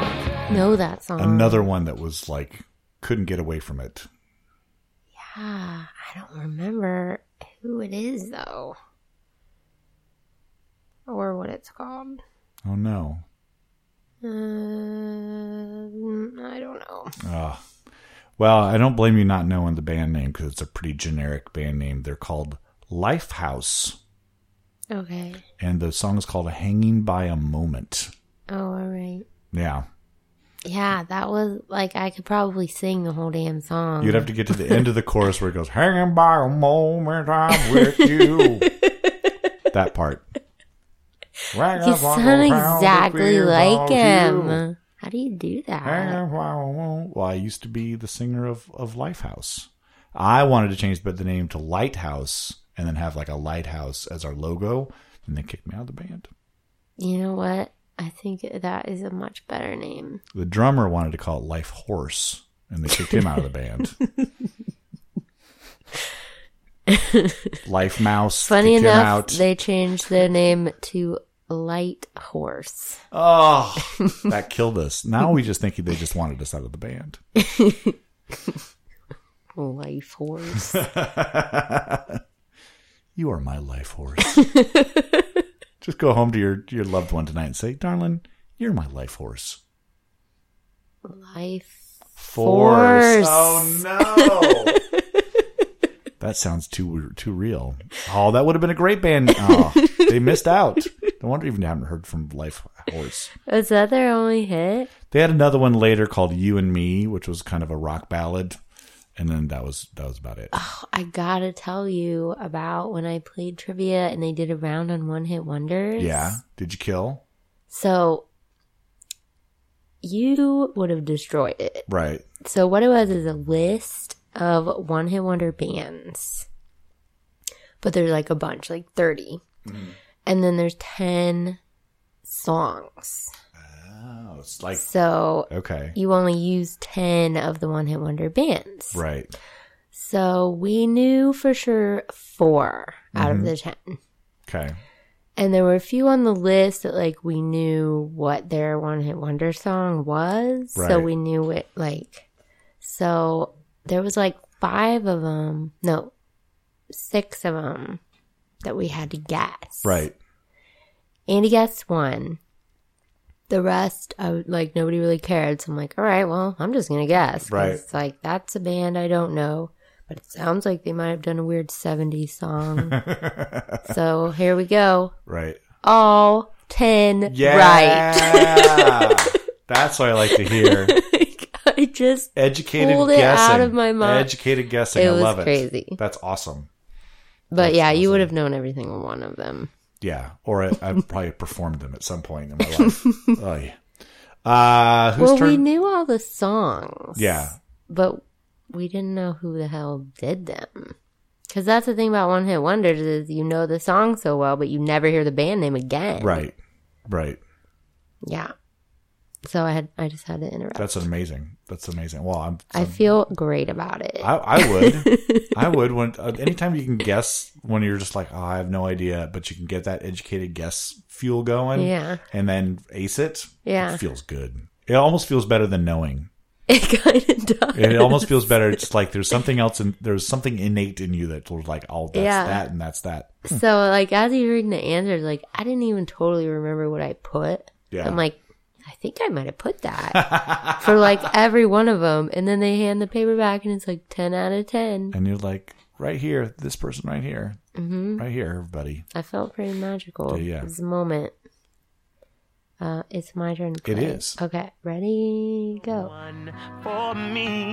Speaker 8: all I felt.
Speaker 2: know that song.
Speaker 1: Another one that was like, couldn't get away from it.
Speaker 2: Ah, I don't remember who it is though, or what it's called.
Speaker 1: Oh, no.
Speaker 2: Uh, I don't know.
Speaker 1: Ah. Well, I don't blame you not knowing the band name because it's a pretty generic band name. They're called Lifehouse,
Speaker 2: Okay.
Speaker 1: and the song is called Hanging by a Moment.
Speaker 2: Oh, all right.
Speaker 1: Yeah.
Speaker 2: Yeah, that was like I could probably sing the whole damn song.
Speaker 1: You'd have to get to the end of the chorus where it goes, Hanging by a Moment, I'm with you. that part.
Speaker 2: you sound exactly like him. How do you do that?
Speaker 1: Well, I used to be the singer of, of Lifehouse. I wanted to change the name to Lighthouse and then have like a lighthouse as our logo, and they kicked me out of the band.
Speaker 2: You know what? I think that is a much better name.
Speaker 1: The drummer wanted to call it Life Horse, and they kicked him out of the band. Life Mouse.
Speaker 2: Funny
Speaker 1: kicked him
Speaker 2: enough,
Speaker 1: out.
Speaker 2: they changed their name to Light Horse.
Speaker 1: Oh, that killed us. Now we just think they just wanted us out of the band.
Speaker 2: Life Horse.
Speaker 1: You are my life horse. just go home to your, your loved one tonight and say, darling, you're my life horse.
Speaker 2: Life.
Speaker 1: Force.
Speaker 2: Force.
Speaker 1: Oh, no. that sounds too weird- too real. Oh, that would have been a great band. Oh, they missed out. No wonder even they haven't heard from Life Horse.
Speaker 2: Is that their only hit?
Speaker 1: They had another one later called You and Me, which was kind of a rock ballad. And then that was that was about it.
Speaker 2: I gotta tell you about when I played trivia and they did a round on One Hit Wonders.
Speaker 1: Yeah. Did you kill?
Speaker 2: So you would have destroyed it.
Speaker 1: Right.
Speaker 2: So what it was is a list of one hit wonder bands. But there's like a bunch, like 30. And then there's 10 songs.
Speaker 1: Oh, it's like
Speaker 2: So
Speaker 1: okay.
Speaker 2: you only use 10 of the one hit wonder bands.
Speaker 1: Right.
Speaker 2: So we knew for sure 4 out of the 10.
Speaker 1: Okay.
Speaker 2: And there were a few on the list that, like, we knew what their one hit wonder song was. So
Speaker 1: Right.
Speaker 2: we knew it, like, so there was like five of them, no, six of them that we had to guess.
Speaker 1: Right.
Speaker 2: Andy guessed one. The rest, I would, like nobody really cared. So I'm like, all right, well, I'm just gonna guess. 'cause
Speaker 1: Right.
Speaker 2: It's like that's a band I don't know, but it sounds like they might have done a weird '70s song. so here we go.
Speaker 1: Right.
Speaker 2: All ten
Speaker 1: Yeah.
Speaker 2: right.
Speaker 1: That's what I like to hear.
Speaker 2: I just
Speaker 1: Educated
Speaker 2: Pulled it
Speaker 1: guessing.
Speaker 2: out of my mind.
Speaker 1: Educated guessing.
Speaker 2: It
Speaker 1: I
Speaker 2: was
Speaker 1: love it.
Speaker 2: crazy.
Speaker 1: That's awesome.
Speaker 2: But yeah, you
Speaker 1: awesome.
Speaker 2: would have known every single one of them.
Speaker 1: Yeah. Or I, I've probably performed them at some point in my life. oh, yeah. Uh, whose
Speaker 2: well,
Speaker 1: turn?
Speaker 2: we knew all the songs.
Speaker 1: yeah.
Speaker 2: But we didn't know who the hell did them. Because that's the thing about One Hit Wonders is you know the song so well, but you never hear the band name again.
Speaker 1: Right. Right.
Speaker 2: Yeah. So I had I just had to interrupt.
Speaker 1: That's amazing. That's amazing. Well, I'm,
Speaker 2: I feel great about it.
Speaker 1: I, I would. I would. When uh, anytime you can guess when you're just like, oh, I have no idea, but you can get that educated guess fuel going,
Speaker 2: Yeah.
Speaker 1: and then ace it.
Speaker 2: Yeah.
Speaker 1: it feels good. It almost feels better than knowing.
Speaker 2: it kind of does.
Speaker 1: It almost feels better. It's like there's something else, and there's something innate in you that's like, oh, that's
Speaker 2: Yeah.
Speaker 1: that, and that's that.
Speaker 2: so like as you're reading the answers, like I didn't even totally remember what I put.
Speaker 1: Yeah.
Speaker 2: I'm like, I think I might have put that for like every one of them, and then they hand the paper back, and it's like ten out of ten.
Speaker 1: And you're like, right here, this person right here, mm-hmm. right here, everybody.
Speaker 2: I felt pretty magical.
Speaker 1: Yeah, yeah.
Speaker 2: It was a moment. Uh, it's my turn to play.
Speaker 1: It is.
Speaker 2: Okay, ready, go.
Speaker 9: one for me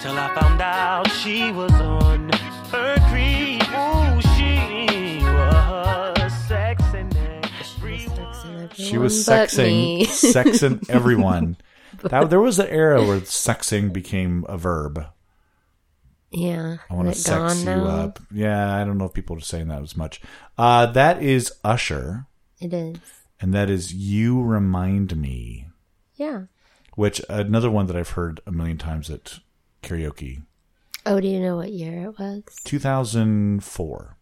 Speaker 9: till I found out she was on her creep. Ooh, she was sexing everyone.
Speaker 1: She was
Speaker 2: One but
Speaker 1: sexing,
Speaker 2: me.
Speaker 1: sexing everyone. That, there was an era where sexing became a verb.
Speaker 2: yeah.
Speaker 1: I want to
Speaker 2: is it gone
Speaker 1: sex you
Speaker 2: now?
Speaker 1: up. Yeah, I don't know if people are saying that as much. Uh, that is Usher,
Speaker 2: It is.
Speaker 1: and that is You Remind Me,
Speaker 2: Yeah.
Speaker 1: which another one that I've heard a million times at karaoke.
Speaker 2: Oh, do you know what year it was?
Speaker 1: 2004.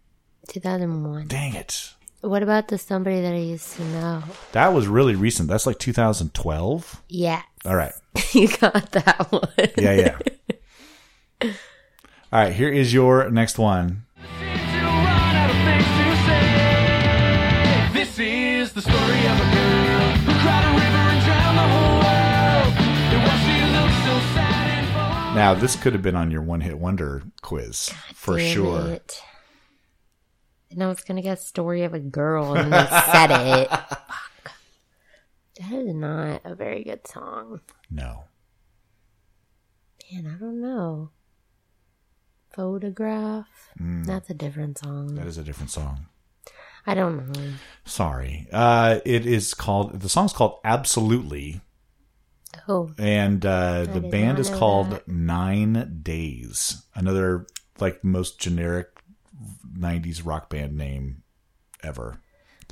Speaker 2: 2001.
Speaker 1: Dang it.
Speaker 2: What about the somebody that I used to know?
Speaker 1: That was really recent. That's like 2012.
Speaker 2: Yeah.
Speaker 1: All right.
Speaker 2: you got that one.
Speaker 1: Yeah, yeah. All right, here is your next one.
Speaker 9: To run out of things to say. This is the story of a girl who cried a river and drowned the whole world. And while she looked so sad and forlorn,
Speaker 1: Now, this could have been on your one hit wonder quiz for
Speaker 2: Damn
Speaker 1: sure.
Speaker 2: It. And I was going to guess story of a girl and then they said it. Fuck. That is not a very good song.
Speaker 1: No.
Speaker 2: Man, I don't know. Photograph.
Speaker 1: Hmm.
Speaker 2: That's a different
Speaker 1: That
Speaker 2: song.
Speaker 1: is a different song.
Speaker 2: I don't know.
Speaker 1: Sorry. Uh, it is called, the song's called Absolutely,
Speaker 2: Oh,
Speaker 1: and uh, the
Speaker 2: did
Speaker 1: band
Speaker 2: not
Speaker 1: is
Speaker 2: know
Speaker 1: called
Speaker 2: that.
Speaker 1: Nine Days. Another, like, most generic 90s rock band name ever.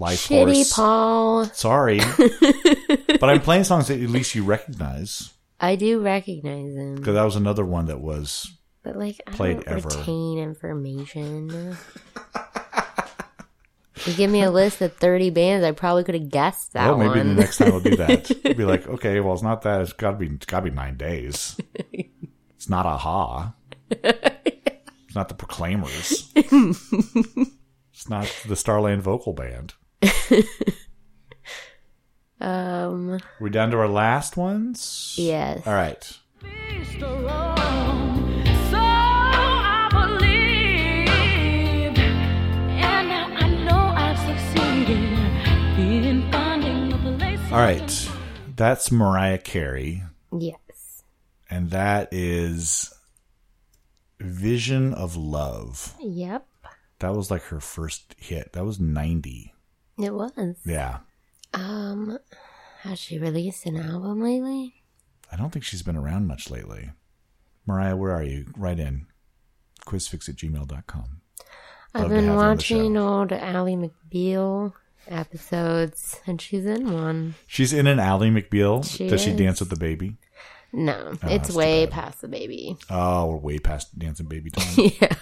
Speaker 1: Life
Speaker 2: Shitty
Speaker 1: Force.
Speaker 2: Paul.
Speaker 1: Sorry. but I'm playing songs that at least you recognize,
Speaker 2: I do recognize him,
Speaker 1: because that was another one that was,
Speaker 2: but like I
Speaker 1: played
Speaker 2: don't
Speaker 1: ever.
Speaker 2: retain information. you give me a list of thirty bands, I probably could have guessed that
Speaker 1: well, maybe
Speaker 2: one.
Speaker 1: the next time we'll do that. We'll be like, okay, well, it's not that. It's got to be, it's got to be Nine Days. It's not Aha. It's not the Proclaimers. it's not the Starland Vocal Band.
Speaker 2: um,
Speaker 1: We're down to our last ones.
Speaker 2: Yes.
Speaker 1: All right.
Speaker 7: Easter roll. So I believed, and now I know I've succeeded in finding the place.
Speaker 1: All right. That's Mariah Carey,
Speaker 2: yes,
Speaker 1: and that is Vision of Love.
Speaker 2: yep,
Speaker 1: That was like her first hit. That was 90.
Speaker 2: it was.
Speaker 1: Yeah.
Speaker 2: Um, has she released an album lately?
Speaker 1: I don't think she's been around much lately. Mariah, where are you? Write in quizfix at gmail.com.
Speaker 2: I've
Speaker 1: Love to
Speaker 2: been
Speaker 1: have her on the show.
Speaker 2: watching old Ally McBeal episodes, and she's in one.
Speaker 1: She's in an Ally McBeal.
Speaker 2: She
Speaker 1: Does she
Speaker 2: is.
Speaker 1: dance with the baby?
Speaker 2: No, it's
Speaker 1: Oh, that's
Speaker 2: way past the baby.
Speaker 1: Oh, we're way past Dancing Baby time.
Speaker 2: yeah.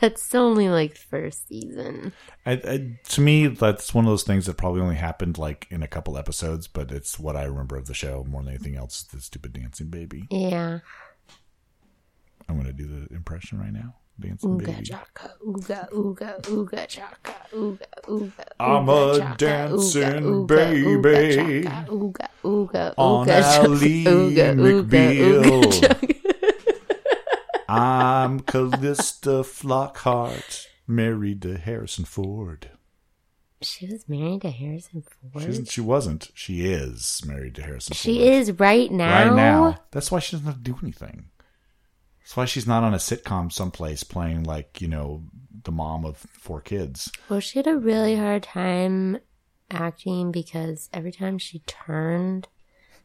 Speaker 2: That's only like first season.
Speaker 1: I, I, to me, that's one of those things that probably only happened like in a couple episodes, but it's what I remember of the show more than anything else. is The stupid Dancing Baby.
Speaker 2: Yeah.
Speaker 1: I'm going to do the impression right now. Dancing
Speaker 2: Ooga
Speaker 1: Baby.
Speaker 2: chaka, ooga, ooga, ooga chaka, ooga, ooga.
Speaker 1: I'm
Speaker 2: ooga
Speaker 1: a
Speaker 2: chaka, ooga,
Speaker 1: dancing
Speaker 2: ooga,
Speaker 1: baby.
Speaker 2: Ooga, chaka, ooga, ooga,
Speaker 1: On
Speaker 2: ooga, chaka,
Speaker 1: Ali
Speaker 2: ooga, ooga, ooga,
Speaker 1: McBeal.
Speaker 2: chaka.
Speaker 1: I'm Callista Flockhart, married to Harrison Ford.
Speaker 2: She was married to Harrison
Speaker 1: She,
Speaker 2: Ford.
Speaker 1: isn't, she wasn't. She is married to Harrison Ford.
Speaker 2: She is right now.
Speaker 1: right now. That's why she doesn't have to do anything. That's why she's not on a sitcom someplace playing like you know the mom of four kids.
Speaker 2: Well, she had a really hard time acting because every time she turned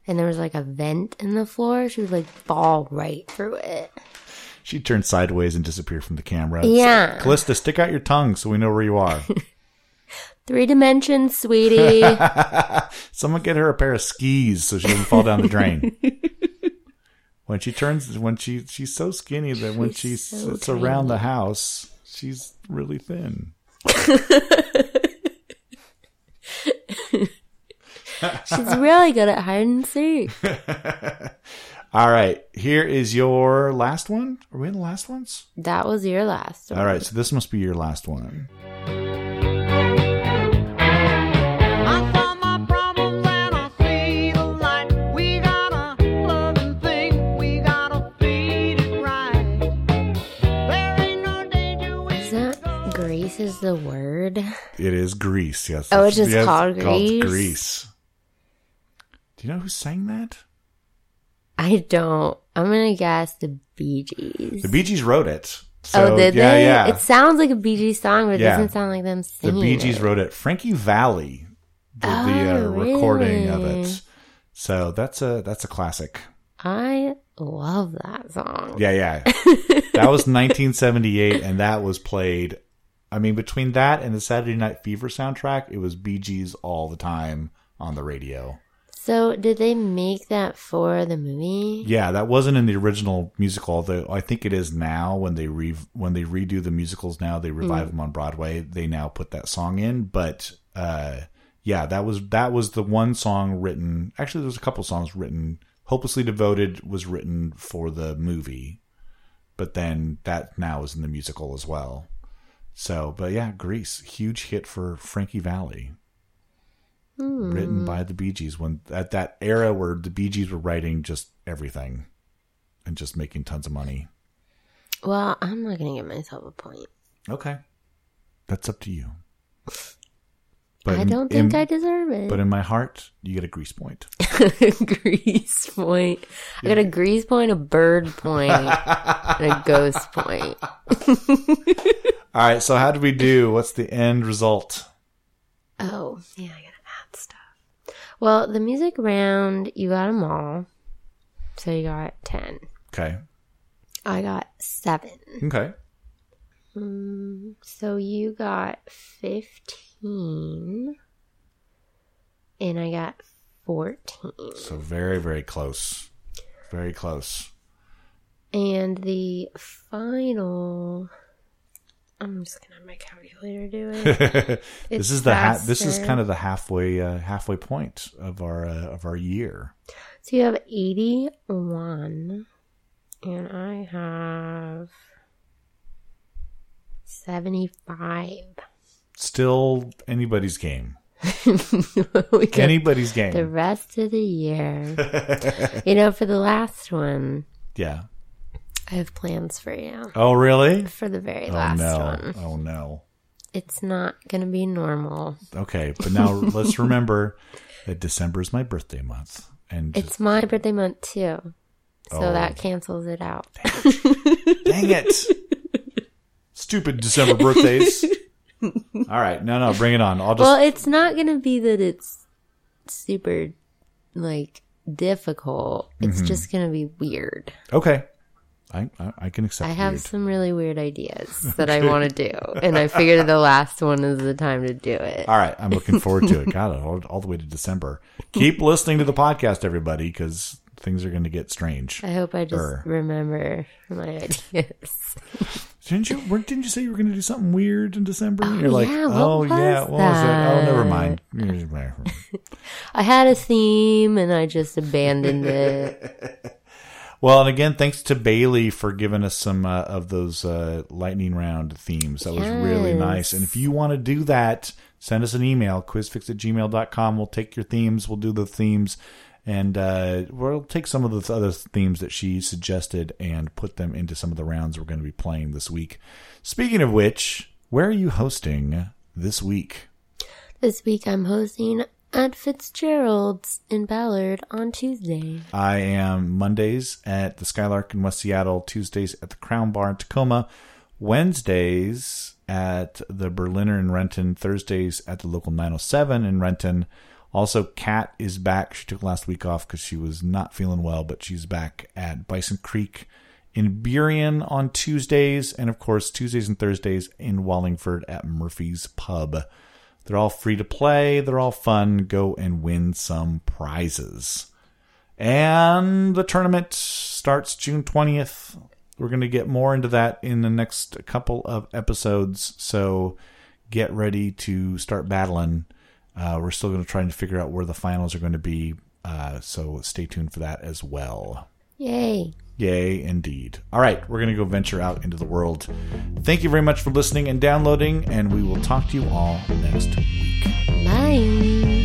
Speaker 2: and there was like a vent in the floor, she would like fall right through it.
Speaker 1: She turned sideways and disappeared from the camera.
Speaker 2: Yeah.
Speaker 1: Callista, stick out your tongue so we know where you are.
Speaker 2: Three dimensions, sweetie.
Speaker 1: Someone get her a pair of skis so she doesn't fall down the drain. when she turns, when she she's so skinny that when she
Speaker 2: She's so
Speaker 1: sits around the house, she's really thin.
Speaker 2: She's really good at hide and seek.
Speaker 1: All right, here is your last one. Are we in the last ones?
Speaker 2: That was your last one.
Speaker 1: All right, so this must be your last one.
Speaker 5: I found my problems and I see the light. We got a loving thing, we gotta feed it right. There ain't no danger when
Speaker 2: Is that grace is the word?
Speaker 1: It is Grease. Yes.
Speaker 2: Oh, it's just
Speaker 1: Yes,
Speaker 2: called Grease?
Speaker 1: Grease. Do you know who sang that?
Speaker 2: I don't. I'm gonna guess the Bee Gees.
Speaker 1: The Bee Gees wrote it. So,
Speaker 2: oh, did
Speaker 1: yeah,
Speaker 2: they?
Speaker 1: Yeah,
Speaker 2: It sounds like a Bee Gees song, but it
Speaker 1: Yeah.
Speaker 2: doesn't sound like them
Speaker 1: The
Speaker 2: singing.
Speaker 1: Bee Gees
Speaker 2: it.
Speaker 1: wrote it. Frankie Valley did the uh,
Speaker 2: Oh,
Speaker 1: recording of
Speaker 2: really?
Speaker 1: it. So that's a that's a classic.
Speaker 2: I love that song.
Speaker 1: Yeah, yeah. that was 1978, and that was played. I mean, between that and the Saturday Night Fever soundtrack, it was Bee Gees all the time on the radio.
Speaker 2: So, did they make that for the movie?
Speaker 1: Yeah, that wasn't in the original musical, although I think it is now when they re- when they redo the musicals now, they revive them on Broadway. They now put that song in, but uh, yeah, that was that was the one song written. Actually, there's a couple songs written. Hopelessly Devoted was written for the movie, but then that now is in the musical as well. So, but yeah, Grease, huge hit for Frankie Valley
Speaker 2: Mm-hmm.
Speaker 1: written by the Bee Gees when at that era where the Bee Gees were writing just everything and just making tons of money.
Speaker 2: Well, I'm not gonna give myself a point.
Speaker 1: Okay. That's up to you.
Speaker 2: I
Speaker 1: in-
Speaker 2: don't think
Speaker 1: in-
Speaker 2: I deserve it.
Speaker 1: But in my heart, you get a grease point.
Speaker 2: grease point. I got a grease point, a bird point, and a ghost point.
Speaker 1: All right, so how did we do? What's the end result?
Speaker 2: Oh, yeah, I gotta add stuff. Well, the music round, you got them all. So you got 10.
Speaker 1: Okay.
Speaker 2: I got 7.
Speaker 1: Okay.
Speaker 2: So you got 15. And I got 14.
Speaker 1: So very, very close. Very close.
Speaker 2: And the final. I'm just gonna have my calculator do it.
Speaker 1: this is the ha- this is kind of the halfway uh, halfway point of our uh, of our year.
Speaker 2: So you have 81, and I have 75.
Speaker 1: Still anybody's game.
Speaker 2: we got
Speaker 1: Anybody's game.
Speaker 2: the rest of the year. you know, for the last one,
Speaker 1: Yeah.
Speaker 2: I have plans for you.
Speaker 1: Oh, really?
Speaker 2: For the very
Speaker 1: Oh
Speaker 2: last
Speaker 1: no!
Speaker 2: one,
Speaker 1: Oh no!
Speaker 2: it's not gonna be normal.
Speaker 1: Okay, but now let's remember that December is my birthday month, and
Speaker 2: It's my birthday month too, so
Speaker 1: Oh.
Speaker 2: that cancels it out.
Speaker 1: dang it, stupid December birthdays. All right, no, no, bring it on. I'll just
Speaker 2: well, it's not going to be that it's super like difficult.
Speaker 1: Mm-hmm.
Speaker 2: It's just going to be weird.
Speaker 1: okay. I, I I can accept.
Speaker 2: I have
Speaker 1: weird.
Speaker 2: some really weird ideas that I want to do, and I figured the last one is the time to do it.
Speaker 1: All right, I'm looking forward to it. Got it all, all the way to December. Keep listening to the podcast, everybody, because things are going to get strange.
Speaker 2: I hope I just
Speaker 1: Err.
Speaker 2: remember my ideas.
Speaker 1: Didn't you? were- Didn't you say you were going to do something weird in December? And You're like,
Speaker 2: yeah, what
Speaker 1: oh yeah,
Speaker 2: was
Speaker 1: what was it? Oh, never
Speaker 2: that?"
Speaker 1: mind. Never mind.
Speaker 2: I had a theme and I just abandoned it.
Speaker 1: Well, and again, thanks to Bailey for giving us some uh, of those uh, lightning round themes. That was really
Speaker 2: Yes.
Speaker 1: nice. And if you want to do that, send us an email, quizfix at gmail.com. We'll take your themes, we'll do the themes, and uh, we'll take some of the other themes that she suggested and put them into some of the rounds we're going to be playing this week. Speaking of which, where are you hosting this week?
Speaker 2: This week I'm hosting at Fitzgerald's in Ballard on Tuesday.
Speaker 1: I am Mondays at the Skylark in West Seattle, Tuesdays at the Crown Bar in Tacoma, Wednesdays at the Berliner in Renton, Thursdays at the local 907 in Renton. Also, Kat is back. She took last week off because she was not feeling well, but she's back at Bison Creek in Burien on Tuesdays, and of course, Tuesdays and Thursdays in Wallingford at Murphy's Pub. They're all free to play, they're all fun. Go and win some prizes. And the tournament starts June 20th. We're going to get more into that in the next couple of episodes. So get ready to start battling. Uh, we're still going to try and figure out where the finals are going to be. Uh, so stay tuned for that as well.
Speaker 2: Yay.
Speaker 1: Yay, indeed. All right, we're going to go venture out into the world. Thank you very much for listening and downloading, and we will talk to you all next week.
Speaker 2: Bye.